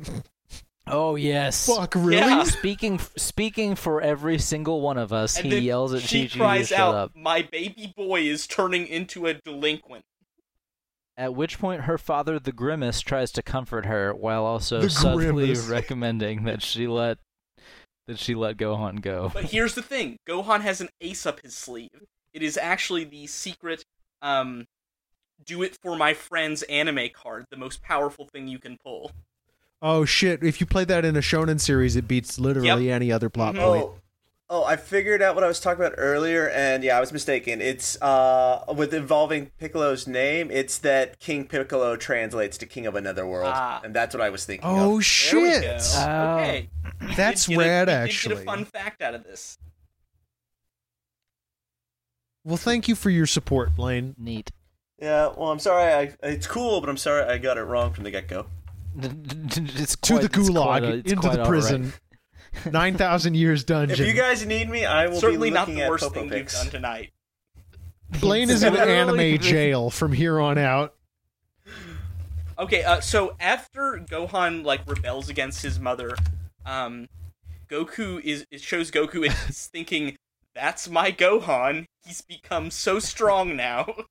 C: Oh yes.
A: Fuck, really?
D: Yeah.
C: Speaking speaking for every single one of us,
D: And
C: he
D: then
C: yells at Chi
D: she
C: Chi to
D: cries
C: shut
D: out,
C: up.
D: "My baby boy is turning into a delinquent."
C: At which point, her father, the Grimace, tries to comfort her while also
A: The
C: subtly
A: Grimace.
C: recommending that she let that she let Gohan go.
D: But here's the thing: Gohan has an ace up his sleeve. It is actually the secret, um, "Do it for my friends" anime card, the most powerful thing you can pull.
A: Oh shit! If you play that in a shonen series, it beats literally any other plot point.
E: Oh, oh, I figured out what I was talking about earlier, and yeah, I was mistaken. It's uh, with involving Piccolo's name. It's that King Piccolo translates to King of Another World,
D: Ah.
E: and that's what I was thinking.
A: Oh
E: of.
D: There we go.
A: shit!
C: Oh.
D: Okay, We
A: That's
D: did get a-
A: rad,
D: we
A: actually.
D: Did get a fun fact out of this.
A: Well, thank you for your support, Blaine.
C: Neat.
E: Yeah. Well, I'm sorry. I, it's cool, but I'm sorry I got it wrong from the get go.
C: It's
A: To
C: quite-
A: the
C: it's quite
A: gulag,
C: a- it's
A: into
C: quite
A: the
C: all right.
A: prison, nine thousand years
E: If
A: dungeon.
E: you guys need me, I will
D: Certainly
E: be
D: not
E: looking
D: the worst
E: at
D: thing
E: Popo
D: you've done tonight.
A: Blaine is in
C: Literally.
A: anime jail from here on out.
D: Okay, uh, so after Gohan like rebels against his mother, um, Goku is it shows Goku and he's thinking, "That's my Gohan. He's become so strong now."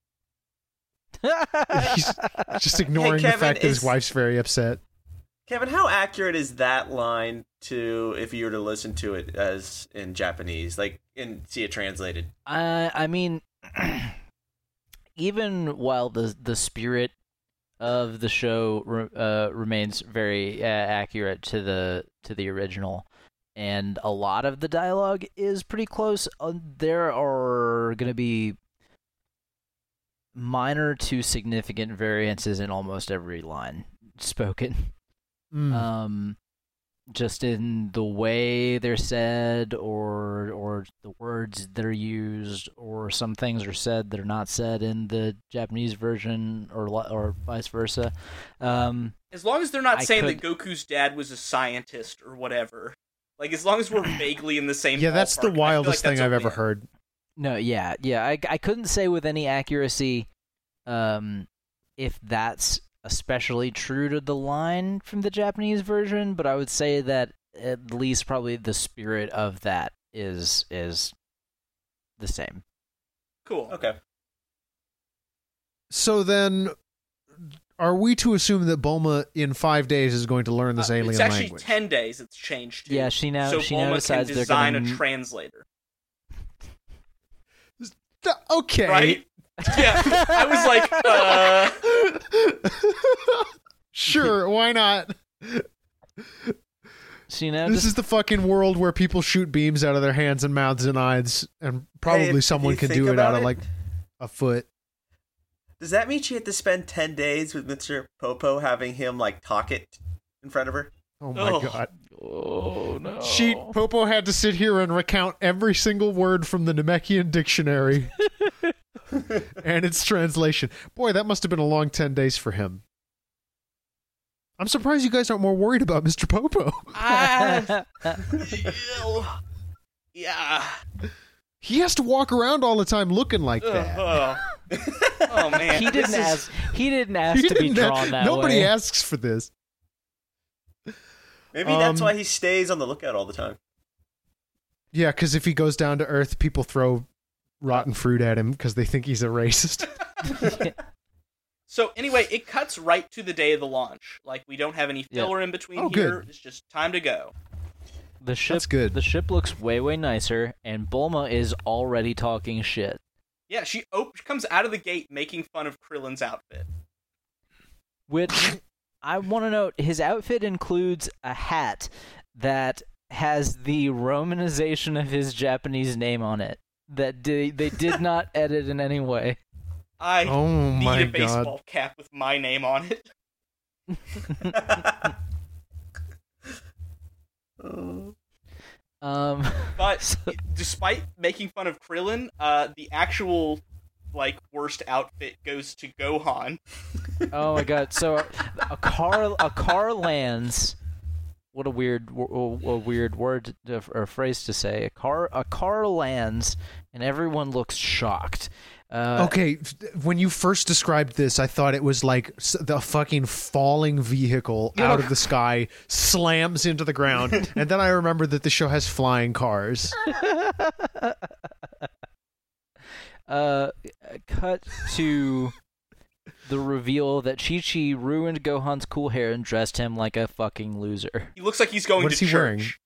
A: He's just ignoring the
E: Kevin,
A: fact that his
E: is-
A: wife's very upset.
E: Kevin, how accurate is that line to if you were to listen to it as in Japanese, like and see it translated?
C: I I mean, even while the the spirit of the show re, uh, remains very uh, accurate to the to the original, and a lot of the dialogue is pretty close. Uh, there are going to be minor to significant variances in almost every line spoken
A: Mm.
C: um just in the way they're said or or the words that are used or some things are said that are not said in the Japanese version or li- or vice versa um
D: As long as they're not
C: I
D: saying that Goku's dad was a scientist or whatever. Like as long as we're vaguely in the same
A: yeah, that's
D: ballpark, I
A: the
D: feel
A: wildest
D: like that's
A: thing I've
D: a
A: ever
D: win.
A: heard.
C: no yeah yeah I I couldn't say with any accuracy um if that's especially true to the line from the Japanese version but I would say that at least probably the spirit of that is is the same
D: Cool.
E: Okay.
A: So then, are we to assume that Bulma in five days is going to learn
D: Uh,
A: this alien
D: it's actually
A: language?
D: ten days. It's changed. To,
C: Yeah, she now
D: So
C: she
D: Bulma
C: now decides
D: can
C: they're
D: design
C: gonna
D: a translator.
A: Th- okay.
D: Right? yeah. I was like, uh,
A: sure, why not?
C: she now
A: This
C: just,
A: is the fucking world where people shoot beams out of their hands and mouths and eyes, and probably
E: Hey, if- if
A: someone
E: you
A: can
E: think
A: do it out
E: about
A: of like a foot.
E: Does that mean she had to spend ten days with Mister Popo, having him like talk it in front of her?
A: Oh my
D: Ugh.
A: god.
C: oh no
A: She Popo had to sit here and recount every single word from the Namekian dictionary and its translation. Boy, that must have been a long 10 days for him. I'm surprised you guys aren't more worried about Mr. Popo.
D: ah, ew. yeah.
A: He has to walk around all the time looking like that.
D: Ugh. oh man.
C: he
D: This
C: didn't
D: is-
C: ask he didn't ask
A: He
C: to be
A: didn't have-
C: drawn that
A: nobody
C: way.
A: asks for this.
E: Maybe that's
A: Um,
E: why he stays on the lookout all the time.
A: Yeah, because if he goes down to Earth, people throw rotten fruit at him because they think he's a racist.
D: So anyway, it cuts right to the day of the launch. Like we don't have any
C: Yeah.
D: filler in between
A: Oh,
D: here.
A: good.
D: It's just time to go.
C: the ship
A: That's good.
C: the ship looks way way nicer and Bulma is already talking shit
D: Yeah, she op- she comes out of the gate making fun of Krillin's outfit.
C: which I want to note his outfit includes a hat that has the romanization of his Japanese name on it that di- they did not edit in any way
D: I
A: oh
D: need
A: my
D: a baseball
A: god.
D: cap with my name on it.
C: um
D: But
C: So-
D: despite making fun of Krillin, uh, the actual like worst outfit goes to Gohan.
C: Oh my god! So a, a car a car lands. What a weird w- w- a weird word to, or phrase to say. A car a car lands, and everyone looks shocked. Uh,
A: okay, f- when you first described this, I thought it was like s- the fucking falling vehicle out of the sky slams into the ground, and then I remembered that the show has flying cars. Oh.
C: uh, cut to the reveal that Chi Chi ruined Gohan's cool hair and dressed him like a fucking loser.
D: He looks like he's going
A: What
D: to
A: is he
D: church.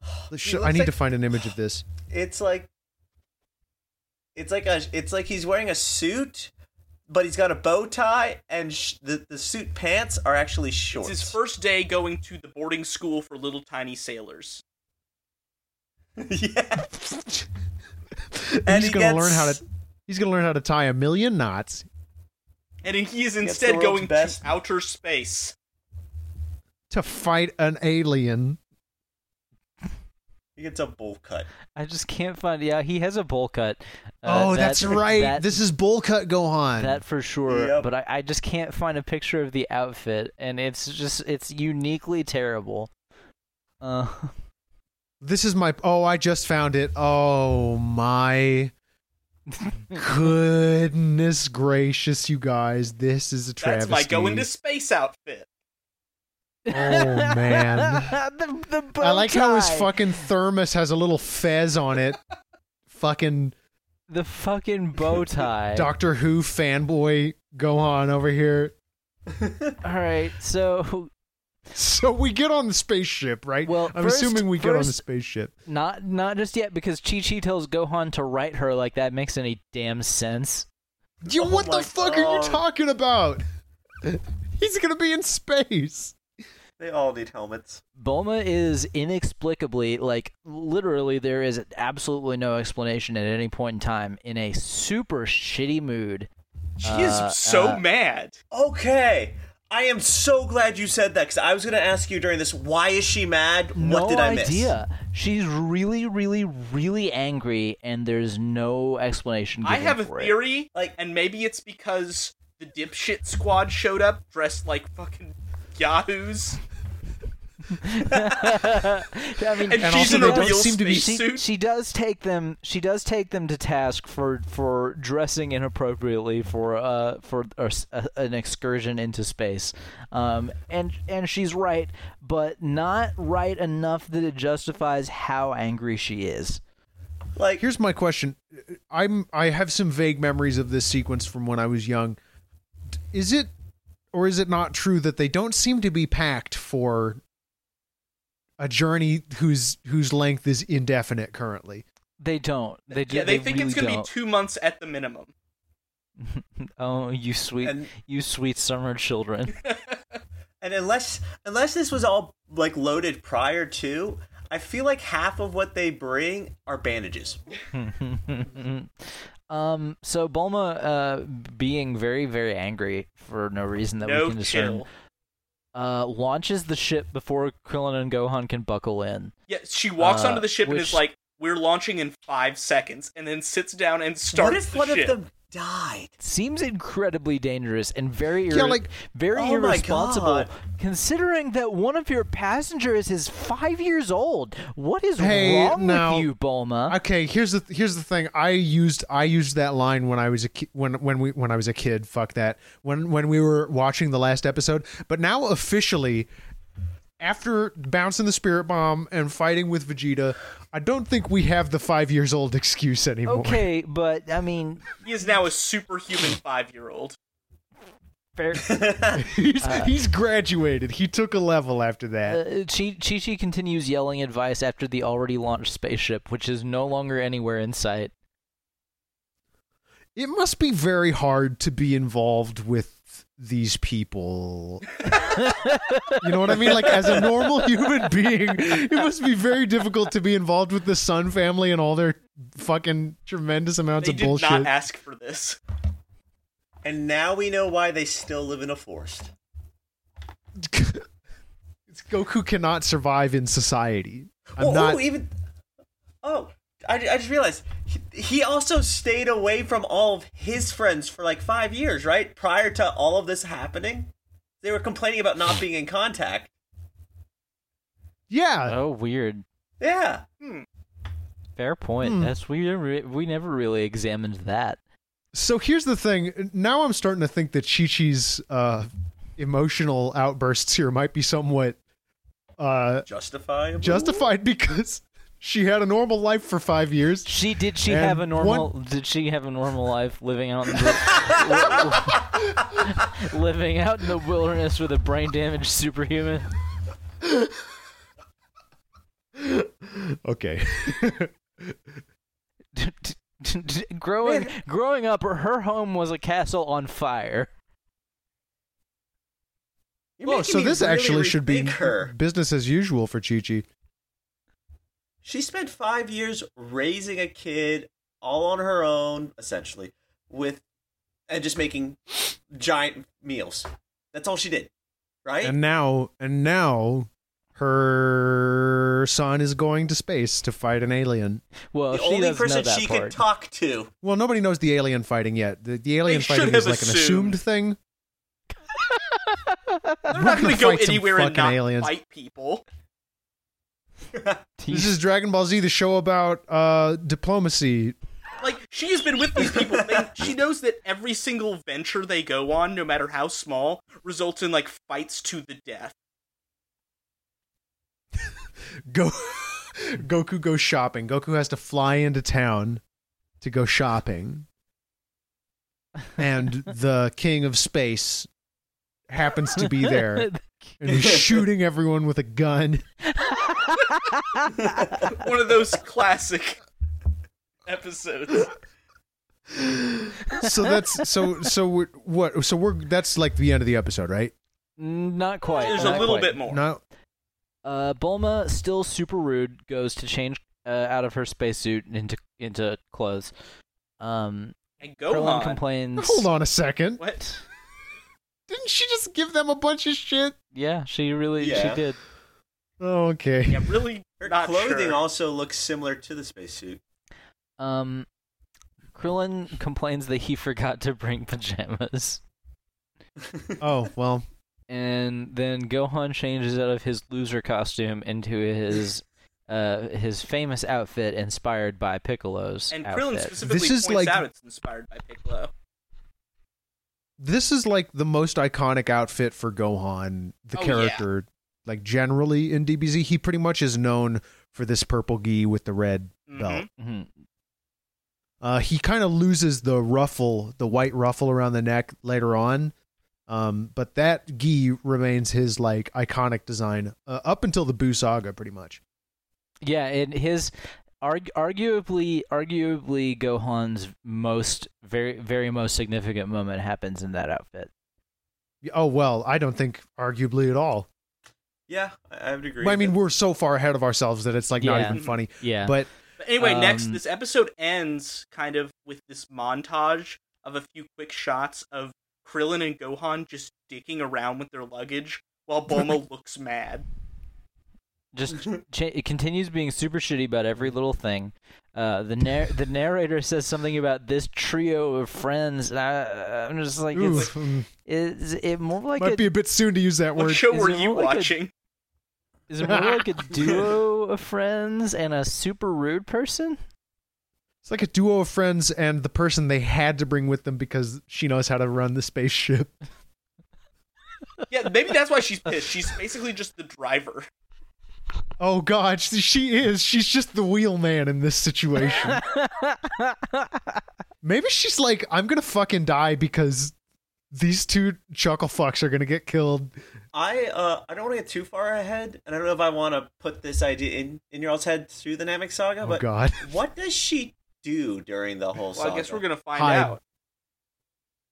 A: wearing? The show- I
E: looks
A: need
E: like-
A: to find an image of this.
E: It's like it's like a it's like he's wearing a suit, but he's got a bow tie, and sh- the the suit pants are actually
D: It's
E: shorts.
D: his first day going to the boarding school for little tiny sailors.
E: yeah,
A: And
E: And
A: he's
E: he
A: gonna learn
E: gets-
A: how to. He's gonna learn how to tie a million knots.
D: And he is
E: the
D: instead
E: world's
D: going
E: best-
D: to outer space.
A: To fight an alien,
E: he gets a bowl cut.
C: I just can't find. Yeah, he has a bowl cut. Uh,
A: oh,
C: that-
A: that's right.
C: that-
A: this is bowl cut Gohan.
C: that for sure.
E: Yep.
C: But I, I just can't find a picture of the outfit, and it's just it's uniquely terrible. Uh,
A: This is my. Oh, I just found it. Oh my goodness gracious, you guys! This is a
D: That's
A: travesty.
D: my going to space outfit.
A: Oh man!
C: the, the bow
A: I like how his
C: tie.
A: fucking thermos has a little fez on it. fucking
C: the fucking bow tie.
A: Doctor Who fanboy Gohan over here.
C: All right, so
A: So we get on the spaceship, right?
C: Well,
A: I'm
C: first-
A: assuming we get on the
C: first-
A: spaceship.
C: not not just yet because Chi Chi tells Gohan to write her like that makes any damn sense.
A: Yo,
E: Oh
A: what
E: my
A: the fuck are you
E: God.
A: talking about? He's gonna be in space.
E: They all need helmets.
C: Bulma is inexplicably like literally there is absolutely no explanation at any point in time in a super shitty mood.
D: She
C: Uh,
D: is so
C: uh,
D: mad.
E: Okay. I am so glad you said that because I was going to ask you during this, why is she mad?
C: no
E: what did I miss?
C: idea. She's really, really, really angry, and there's no explanation.
D: I
C: Given
D: have a
C: for it.
D: theory,
E: Like-
D: and maybe it's because the dipshit squad showed up dressed like fucking yahoos.
C: I mean,
D: And
A: And
D: she's
A: also
D: in a
A: they don't
D: real
A: seem to be-
D: space
C: she,
D: suit.
C: she does take them. She does take them to task for for dressing inappropriately for uh for a s- a- an excursion into space. Um and and she's right, but not right enough that it justifies how angry she is.
E: Like,
A: Here's my question. I'm I have some vague memories of this sequence from when I was young. D- Is it or is it not true that they don't seem to be packed for a journey whose whose length is indefinite currently?
C: They don't. They do.
D: yeah, they, think
C: really
D: it's gonna
C: don't.
D: be two months at the minimum.
C: Oh, you sweet,
E: And-
C: you sweet summer children.
E: and unless unless this was all like loaded prior to, I feel like half of what they bring are bandages.
C: um, so Bulma, uh, being very, very angry for no reason that we
D: no
C: can discern,
D: chill.
C: uh, launches the ship before Krillin and Gohan can buckle in.
D: Yeah, she walks
C: Uh,
D: onto the ship and
C: which-
D: is like, "We're launching in five seconds," and then sits down and starts
E: what if
D: the
E: one of
D: ship.
E: them died?
C: Seems incredibly dangerous and very,
A: Yeah,
C: irri-
A: like-
C: very
E: Oh my
C: irresponsible,
E: God.
C: considering that one of your passengers is five years old. What is
A: Hey,
C: wrong
A: now-
C: with you, Bulma?
A: Okay, here's the th- here's the thing. I used I used that line when I was a ki- when when we when I was a kid. Fuck that. When when we were watching the last episode, but now officially after bouncing the spirit bomb and fighting with Vegeta, I don't think we have the 5 years old excuse anymore.
C: okay, but I mean,
D: He is now a superhuman five-year-old.
C: fair.
A: he's, he's graduated. He took a level after that.
C: Uh, Chi Chi Chi continues yelling advice after the already launched spaceship, which is no longer anywhere in sight.
A: it must be very hard to be involved with these people. you know what I mean? Like as a normal human being, it must be very difficult to be involved with the Sun family and all their fucking tremendous amounts
D: they
A: of
D: did
A: bullshit.
D: not ask for this.
E: And now we know why they still live in a forest.
A: It's- Goku cannot survive in society. I'm
E: Well,
A: not.
E: ooh, even. Oh, I, I just realized he, he also stayed away from all of his friends for like five years, right? Prior to all of this happening, they were complaining about not being in contact.
A: yeah,
C: Oh, weird.
E: Yeah,
C: Fair point.
A: Hmm.
C: That's we never re- we never really examined that.
A: So here's the thing. Now I'm starting to think that Chi Chi's uh, emotional outbursts here might be somewhat uh,
E: Justifiable.
A: justified because she had a normal life for five years.
C: She did she
A: And
C: have a normal did she have a normal life living out in the living out in the wilderness with a brain damaged superhuman?
A: Okay.
C: growing growing up her home was a castle on fire.
E: You're
A: Well,
E: making
A: so
E: me
A: this
E: really
A: actually should be
E: rethink her.
A: business as usual for Chi Chi.
E: She spent five years raising a kid all on her own, essentially, with and just making giant meals. That's all she did, right?
A: And now, and now, her son is going to space to fight an alien.
C: Well,
E: the
C: she
E: only
C: doesn't know
E: person
C: that
E: she
C: part.
E: could talk to.
A: Well, nobody knows the alien fighting yet. The, the alien
D: They
A: fighting
D: should
A: is
D: have
A: like an assumed
D: assumed.
A: thing.
D: They're not
A: gonna
D: going to go
A: fight some
D: anywhere and
A: fucking
D: not
A: aliens.
D: fight people.
A: This is Dragon Ball Z, the show about uh, diplomacy.
D: Like she has been with these people. They, she knows that every single venture they go on, no matter how small, results in like fights to the death.
A: Go, Goku goes shopping. Goku has to fly into town to go shopping, and the king of space happens to be there and is shooting everyone with a gun.
D: One of those classic episodes.
A: So that's so so we're, what so we're that's like the end of the episode, right?
C: not quite.
D: There's
C: not
D: a little
C: quite.
D: bit more.
A: No,
C: Uh, Bulma, still super rude, goes to change uh, out of her spacesuit into into clothes. Um,
D: And
C: Krillin
D: Gohan.
C: complains.
A: hold on a second.
D: What?
A: Didn't she just give them a bunch of shit?
C: Yeah, she really
E: Yeah.
C: she did.
A: Oh, okay.
D: Yeah, really.
E: Her
D: not
E: clothing
D: sure.
E: also looks similar to the spacesuit.
C: Um, Krillin complains that he forgot to bring pajamas,
A: Oh well.
C: and then Gohan changes out of his loser costume into his uh his famous outfit inspired by Piccolo's
D: And Krillin
C: outfit.
D: specifically
A: This is
D: points
A: like-
D: out it's inspired by Piccolo.
A: this is like the most iconic outfit for Gohan, the
D: Oh, yeah.
A: character. Like generally in DBZ, he pretty much is known for this purple gi with the red
D: Mhm.
A: belt.
C: Mhm.
A: Uh, he kind of loses the ruffle, the white ruffle around the neck later on, um, but that gi remains his like iconic design uh, up until the Buu saga, pretty much.
C: Yeah, and his arg- arguably arguably Gohan's most very very most significant moment happens in that outfit.
A: Oh well, I don't think arguably at all.
E: yeah, I, I would agree.
A: I mean,
E: with
A: we're so far ahead of ourselves that it's like not
C: Yeah.
A: even funny.
C: Yeah.
A: But
D: But anyway, next
C: Um,
D: this episode ends kind of with this montage of a few quick shots of Krillin and Gohan just dicking around with their luggage while Bulma looks mad.
C: just ch- it continues being super shitty about every little thing. Uh, the nar- the narrator says something about this trio of friends, and I, I'm just like,
A: ooh,
C: it's,
A: mm,
C: is it more like
A: might
C: a,
A: be a bit soon to use that
D: What
A: word.
D: show
C: is
D: were
C: it
D: you
C: like a-
D: watching?
C: is it more like a duo of friends and a super rude person?
A: It's like a duo of friends and the person they had to bring with them because she knows how to run the spaceship.
D: Yeah, maybe that's why she's pissed. She's basically just the driver.
A: Oh god, she- she is. She's just the wheel man in this situation. Maybe she's like, I'm gonna fucking die because these two chuckle fucks are gonna get killed.
E: I uh, I don't want to get too far ahead, and I don't know if I want to put this idea in in your all's head through the Namek Saga.
A: Oh
E: but
A: god.
E: what does she do during the whole
D: Well,
E: saga?
D: I guess we're gonna find
A: Hi.
D: out.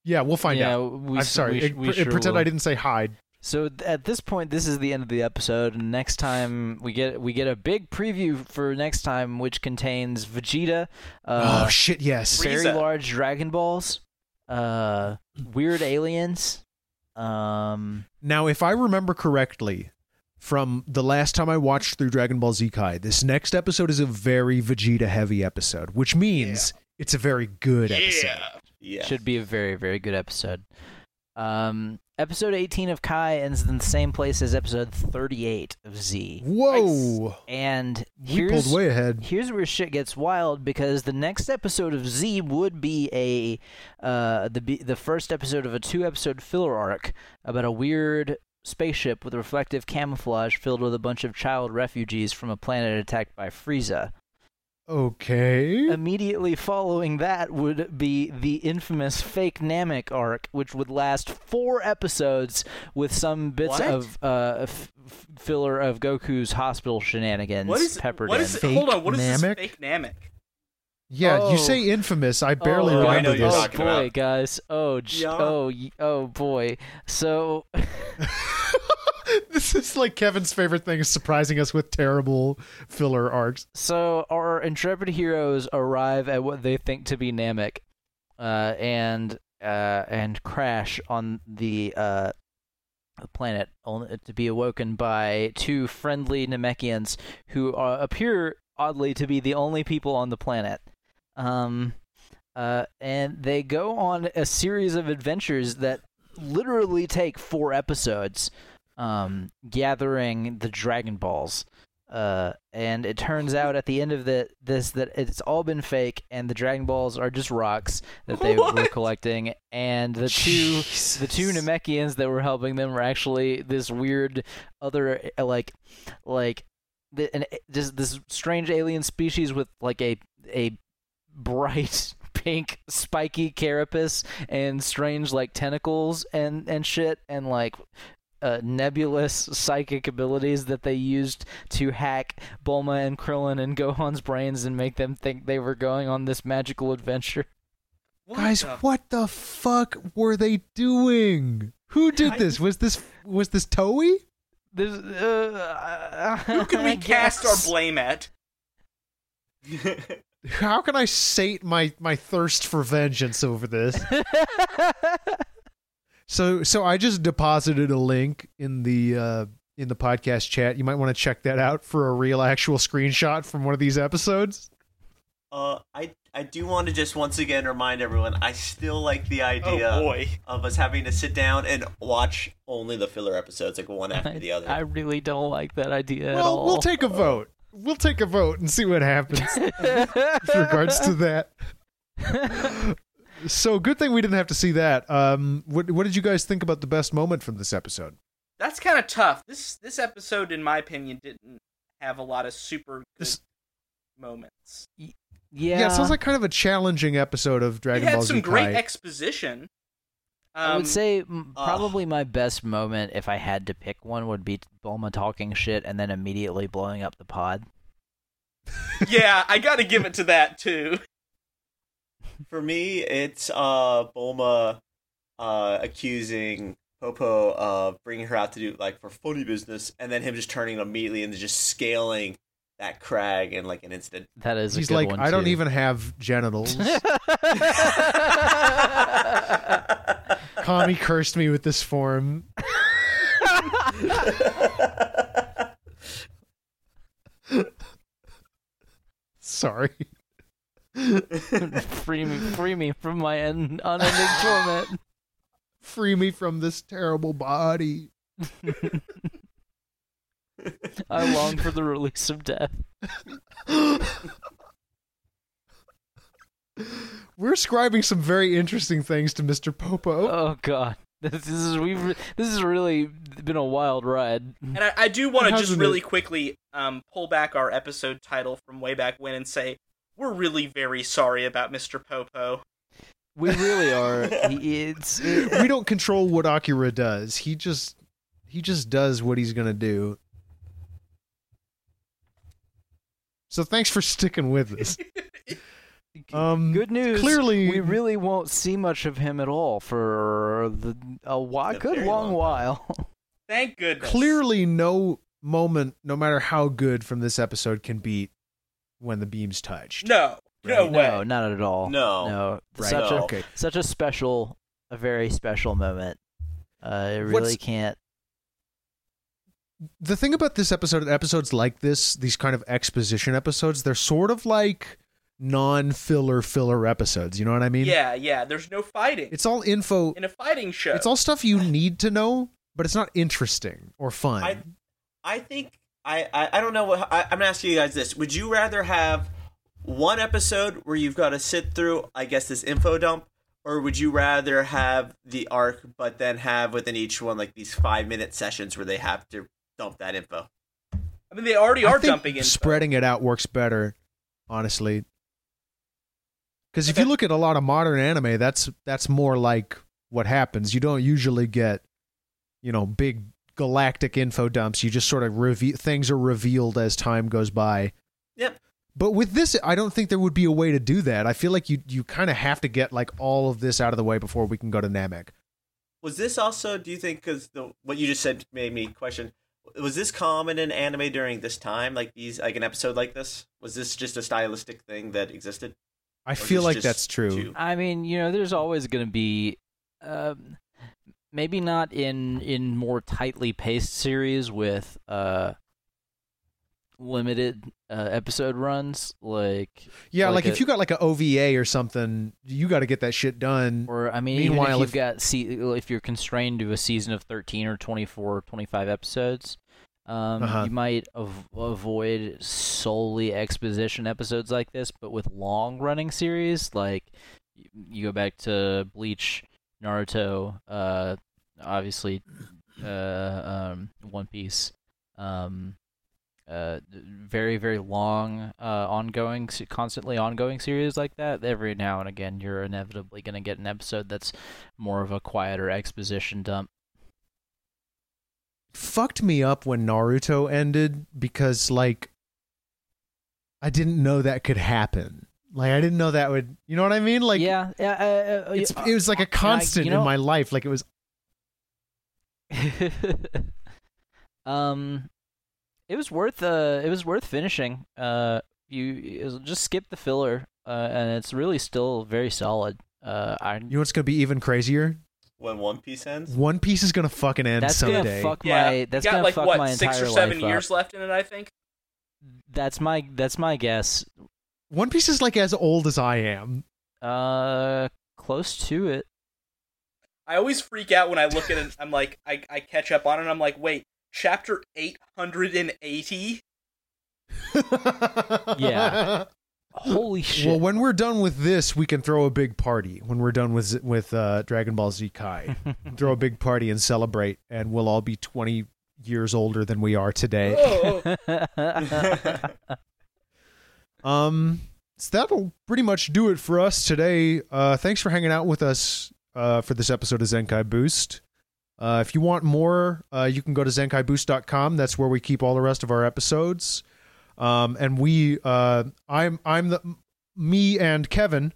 A: Yeah, we'll find
C: yeah,
A: out.
C: we
A: I'm
C: s-
A: sorry.
C: We, sh-
A: It-
C: we
A: it-
C: sure
A: pretend
C: will.
A: I didn't say hide.
C: So th- at this point, this is the end of the episode, and next time we get we get a big preview for next time, which contains Vegeta, uh,
A: oh shit, yes.
C: very
D: Frieza.
C: large Dragon Balls, uh, weird aliens. Um,
A: Now, if I remember correctly, from the last time I watched through Dragon Ball Z Kai, this next episode is a very Vegeta heavy episode, which means it's a very good episode.
E: yeah.
C: should be a very very good episode. Um, Episode 18 of Kai ends in the same place as episode 38 of Z.
A: Whoa.
C: And
A: We
C: here's
A: pulled way ahead.
C: here's where shit gets wild because the next episode of Z would be a uh, the be- the first episode of a two episode filler arc about a weird spaceship with reflective camouflage filled with a bunch of child refugees from a planet attacked by Frieza.
A: Okay.
C: Um, Immediately following that would be the infamous fake Namek arc, which would last four episodes with some bits
D: What?
C: of uh, f- f- filler of Goku's hospital shenanigans
D: What is
C: peppered
D: what
C: in.
D: is
A: in.
D: hold on? What is
A: Namek?
D: this fake Namek?
A: yeah, you
C: Oh.
A: say infamous. I barely
C: oh,
E: I
A: remember
E: know you're
A: this.
C: Oh
E: talking
C: boy,
E: about.
C: guys! Oh, j-
E: Yeah.
C: oh, y- oh boy! So
A: this is like Kevin's favorite thing is surprising us with terrible filler arcs.
C: So our intrepid heroes arrive at what they think to be Namek, uh, and uh, and crash on the uh, planet, only to be awoken by two friendly Namekians who are, appear oddly to be the only people on the planet. Um, uh, and they go on a series of adventures that literally take four episodes, um, gathering the Dragon Balls. Uh, and it turns out at the end of the this that it's all been fake, and the Dragon Balls are just rocks that they were
D: What?
C: collecting, and the two the two Namekians that were helping them were actually this weird other uh, like like the, an, this this strange alien species with like a a bright pink spiky carapace and strange like tentacles and and shit and like uh, nebulous psychic abilities that they used to hack Bulma and Krillin and Gohan's brains and make them think they were going on this magical adventure.
D: What
A: Guys,
D: the-
A: what the fuck were they doing? Who did
E: I-
A: this? Was this was this Toei?
C: There's, uh,
D: Who can
C: I
D: we cast
C: guess.
D: our blame at?
A: How can I sate my my thirst for vengeance over this? so so I just deposited a link in the uh in the podcast chat. You might want to check that out for a real actual screenshot from one of these episodes.
E: Uh, I I do want to just once again remind everyone. I still like the idea
D: Oh boy.
E: of us having to sit down and watch only the filler episodes, like one after the other.
C: I really don't like that idea at
A: Well,
C: all.
A: we'll take a vote. We'll take a vote and see what happens with regards to that. So good thing we didn't have to see that. Um, what what did you guys think about the best moment from this episode?
D: That's kind of tough. This this episode, in my opinion, didn't have a lot of super good
A: This-
D: moments.
C: yeah,
A: it sounds like kind of a challenging episode of Dragon
D: it had
A: Ball
D: some
A: Z
D: great
A: Kai.
D: exposition. Um,
C: I would say mm,
E: ugh.
C: probably my best moment, if I had to pick one, would be Bulma talking shit and then immediately blowing up the pod.
D: yeah, I got to give it to that too.
E: For me, it's uh Bulma uh accusing Popo of bringing her out to do like for funny business, and then him just turning immediately and just scaling that crag in like an instant.
C: That is
A: He's
C: a good
A: like,
C: one.
A: I don't
C: too.
A: even have genitals. Kami cursed me with this form. Sorry.
C: free me, free me from my un- unending torment.
A: Free me from this terrible body.
C: I long for the release of death.
A: We're scribing some very interesting things to Mr. Popo.
C: Oh God, this is we. have This has really been a wild ride.
D: And I, I do want to just
A: Hasn't
D: really
A: it?
D: quickly um, pull back our episode title from way back when and say we're really very sorry about Mr. Popo.
C: We really are. It's
A: we don't control what Akira does. He just he just does what he's gonna do. So thanks for sticking with us. Um,
C: good news.
A: Clearly,
C: we really won't see much of him at all for the, a while,
E: A
C: good
E: very long time.
C: long, while.
D: Thank goodness.
A: clearly, no moment, no matter how good from this episode, can beat when the beams touched.
D: No, no way.
C: no, not at all.
E: No.
C: no,
A: Right.
C: such a
E: No.
A: Okay.
C: such a special, a very special moment. Uh, it really
A: What's-
C: can't.
A: the thing about this episode, episodes like this, these kind of exposition episodes, they're sort of like non-filler filler episodes. You know what I mean?
D: yeah, yeah. There's no fighting
A: It's all info.
D: in a fighting show.
A: It's all stuff you need to know, but it's not interesting or fun.
E: I, I think I, I, I don't know what I, I'm gonna ask you guys this. Would you rather have one episode where you've got to sit through, I guess, this info dump, or would you rather have the arc, but then have within each one like these five minute sessions where they have to dump that info?
D: I mean, they already
A: I
D: are
A: think
D: dumping in.
A: Spreading it out works better, honestly. Because if
D: Okay.
A: you look at a lot of modern anime, that's that's more like what happens. You don't usually get, you know, big galactic info dumps. You just sort of reveal things are revealed as time goes by.
E: Yep.
A: But with this, I don't think there would be a way to do that. I feel like you you kind of have to get like all of this out of the way before we can go to Namek.
E: Was this also? Do you think because the what you just said made me question? Was this common in anime during this time? Like these, like an episode like this? Was this just a stylistic thing that existed?
A: I
E: Or
A: feel
E: just-
A: like
E: just
A: that's true.
E: two?
C: I mean, you know, there's always going to be, um, maybe not in in more tightly paced series with uh, limited uh, episode runs, like
A: Yeah, like,
C: Like
A: if
C: a-
A: you got like an OVA or something, you got to get that shit done.
C: or I mean, even
A: Mm-hmm. Meanwhile,
C: if
A: if-
C: you've got se- if you're constrained to a season of 13 or 24 or 25 episodes, um,
A: Uh-huh.
C: you might av- avoid solely exposition episodes like this. But with long running series, like y- you go back to Bleach, Naruto, uh, obviously uh, um, One Piece. Um, uh, very very long, uh, ongoing, se- constantly ongoing series like that. Every now and again, you're inevitably going to get an episode that's more of a quieter exposition dump.
A: fucked me up when Naruto ended because like I didn't know that could happen. Like I didn't know that would, you know what I mean? Like
C: yeah, yeah, uh, uh,
A: it's,
C: uh,
A: it was like a
C: and I-
A: constant
C: you know-
A: in my life. Like it was
C: um, it was worth uh, it was worth finishing. Uh, you just skip the filler, uh, and it's really still very solid. Uh, I
A: you know what's going to be even crazier?
E: When One Piece ends,
A: One Piece is going to fucking end
C: that's
A: someday.
C: gonna fuck
D: Yeah,
C: my that's
D: got
C: gonna
D: like
C: fuck
D: what
C: my entire
D: six or seven
C: life up.
D: years left in it. I think.
C: That's my that's my guess.
A: One Piece is like as old as I am.
C: Uh, close to it.
D: I always freak out when I look at it. I'm like, I, I catch up on it. and I'm like, wait, chapter 880.
C: Yeah.
D: Oh,
C: Holy shit!
A: Well, when we're done with this, we can throw a big party. When we're done with Z- with uh, Dragon Ball Z Kai, throw a big party and celebrate, and we'll all be twenty years older than we are today.
D: Oh, oh.
A: Um, so that'll pretty much do it for us today. Uh, thanks for hanging out with us uh, for this episode of Zenkai Boost. Uh, if you want more, uh, you can go to zenkaiboost.com. That's where we keep all the rest of our episodes. Um, and we, uh, I'm, I'm the, me and Kevin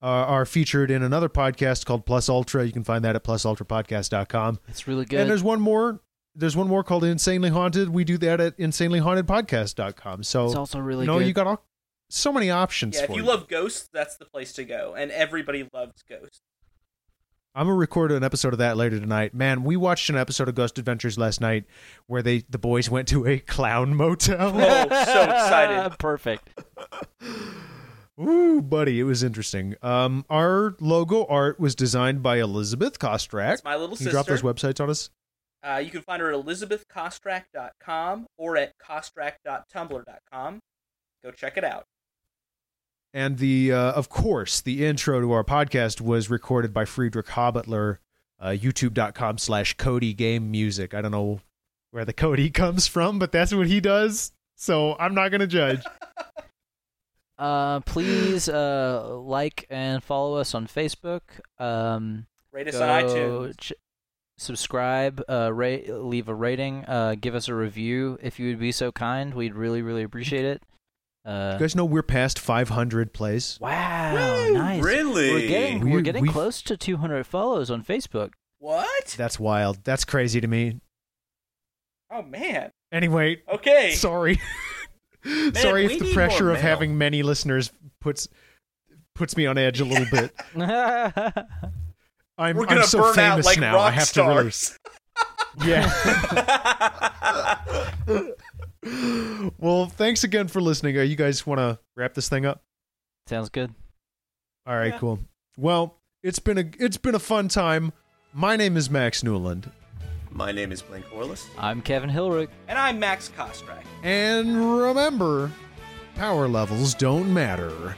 A: uh, are featured in another podcast called Plus Ultra. You can find that at plusultrapodcast.com.
C: it's really good.
A: And there's one more. There's one more called Insanely Haunted. We do that at insanelyhauntedpodcast.com. So
C: it's also really
A: no,
C: good.
A: you got all so many options.
D: yeah, if
A: for
D: you love ghosts, that's the place to go. And everybody loves ghosts.
A: I'm gonna record an episode of that later tonight. Man, we watched an episode of Ghost Adventures last night where they the boys went to a clown motel.
D: Oh, so excited.
C: Perfect.
A: Ooh, buddy, it was interesting. Um, our logo art was designed by Elizabeth Kostrak.
D: It's my little
A: Can you drop
D: sister.
A: those websites on us?
D: uh, you can find her at elizabethcostrack.com or at costrack.tumblr.com. Go check it out.
A: And the, uh, of course, the intro to our podcast was recorded by Friedrich Hobitler, uh, youtube.com slash Cody Game Music. I don't know where the Cody comes from, but that's what he does. So I'm not going to judge.
C: Uh, please uh like and follow us on Facebook. Um,
D: Rate us on iTunes.
C: ch- subscribe, uh, rate, leave a rating, uh, give us a review if you would be so kind. We'd really, really appreciate it.
A: you
C: Uh,
A: guys know we're past 500 plays.
C: wow, nice.
E: really?
C: We're getting
A: We-
C: we're getting
A: we-
C: close to 200 follows on Facebook.
D: What?
A: That's wild. That's crazy to me.
D: Oh, man.
A: Anyway,
D: Okay.
A: sorry. sorry
E: we
A: if
E: need
A: the
E: more
A: pressure of
E: mail.
A: having many listeners puts puts me on edge a little bit. I'm,
D: We're going
A: I'm
D: to
A: so
D: burn out
A: famous
D: like
A: now.
D: rock
A: I have to really
D: stars.
A: Yeah. well, thanks again for listening. Uh, you guys want to wrap this thing up?
C: Sounds good.
A: All right, cool. Well, it's been a it's been a fun time. My name is Max Newland,
E: My name is Blaine Corliss.
C: I'm Kevin Hilrich.
D: And I'm Max Kostrak.
A: and remember, power levels don't matter.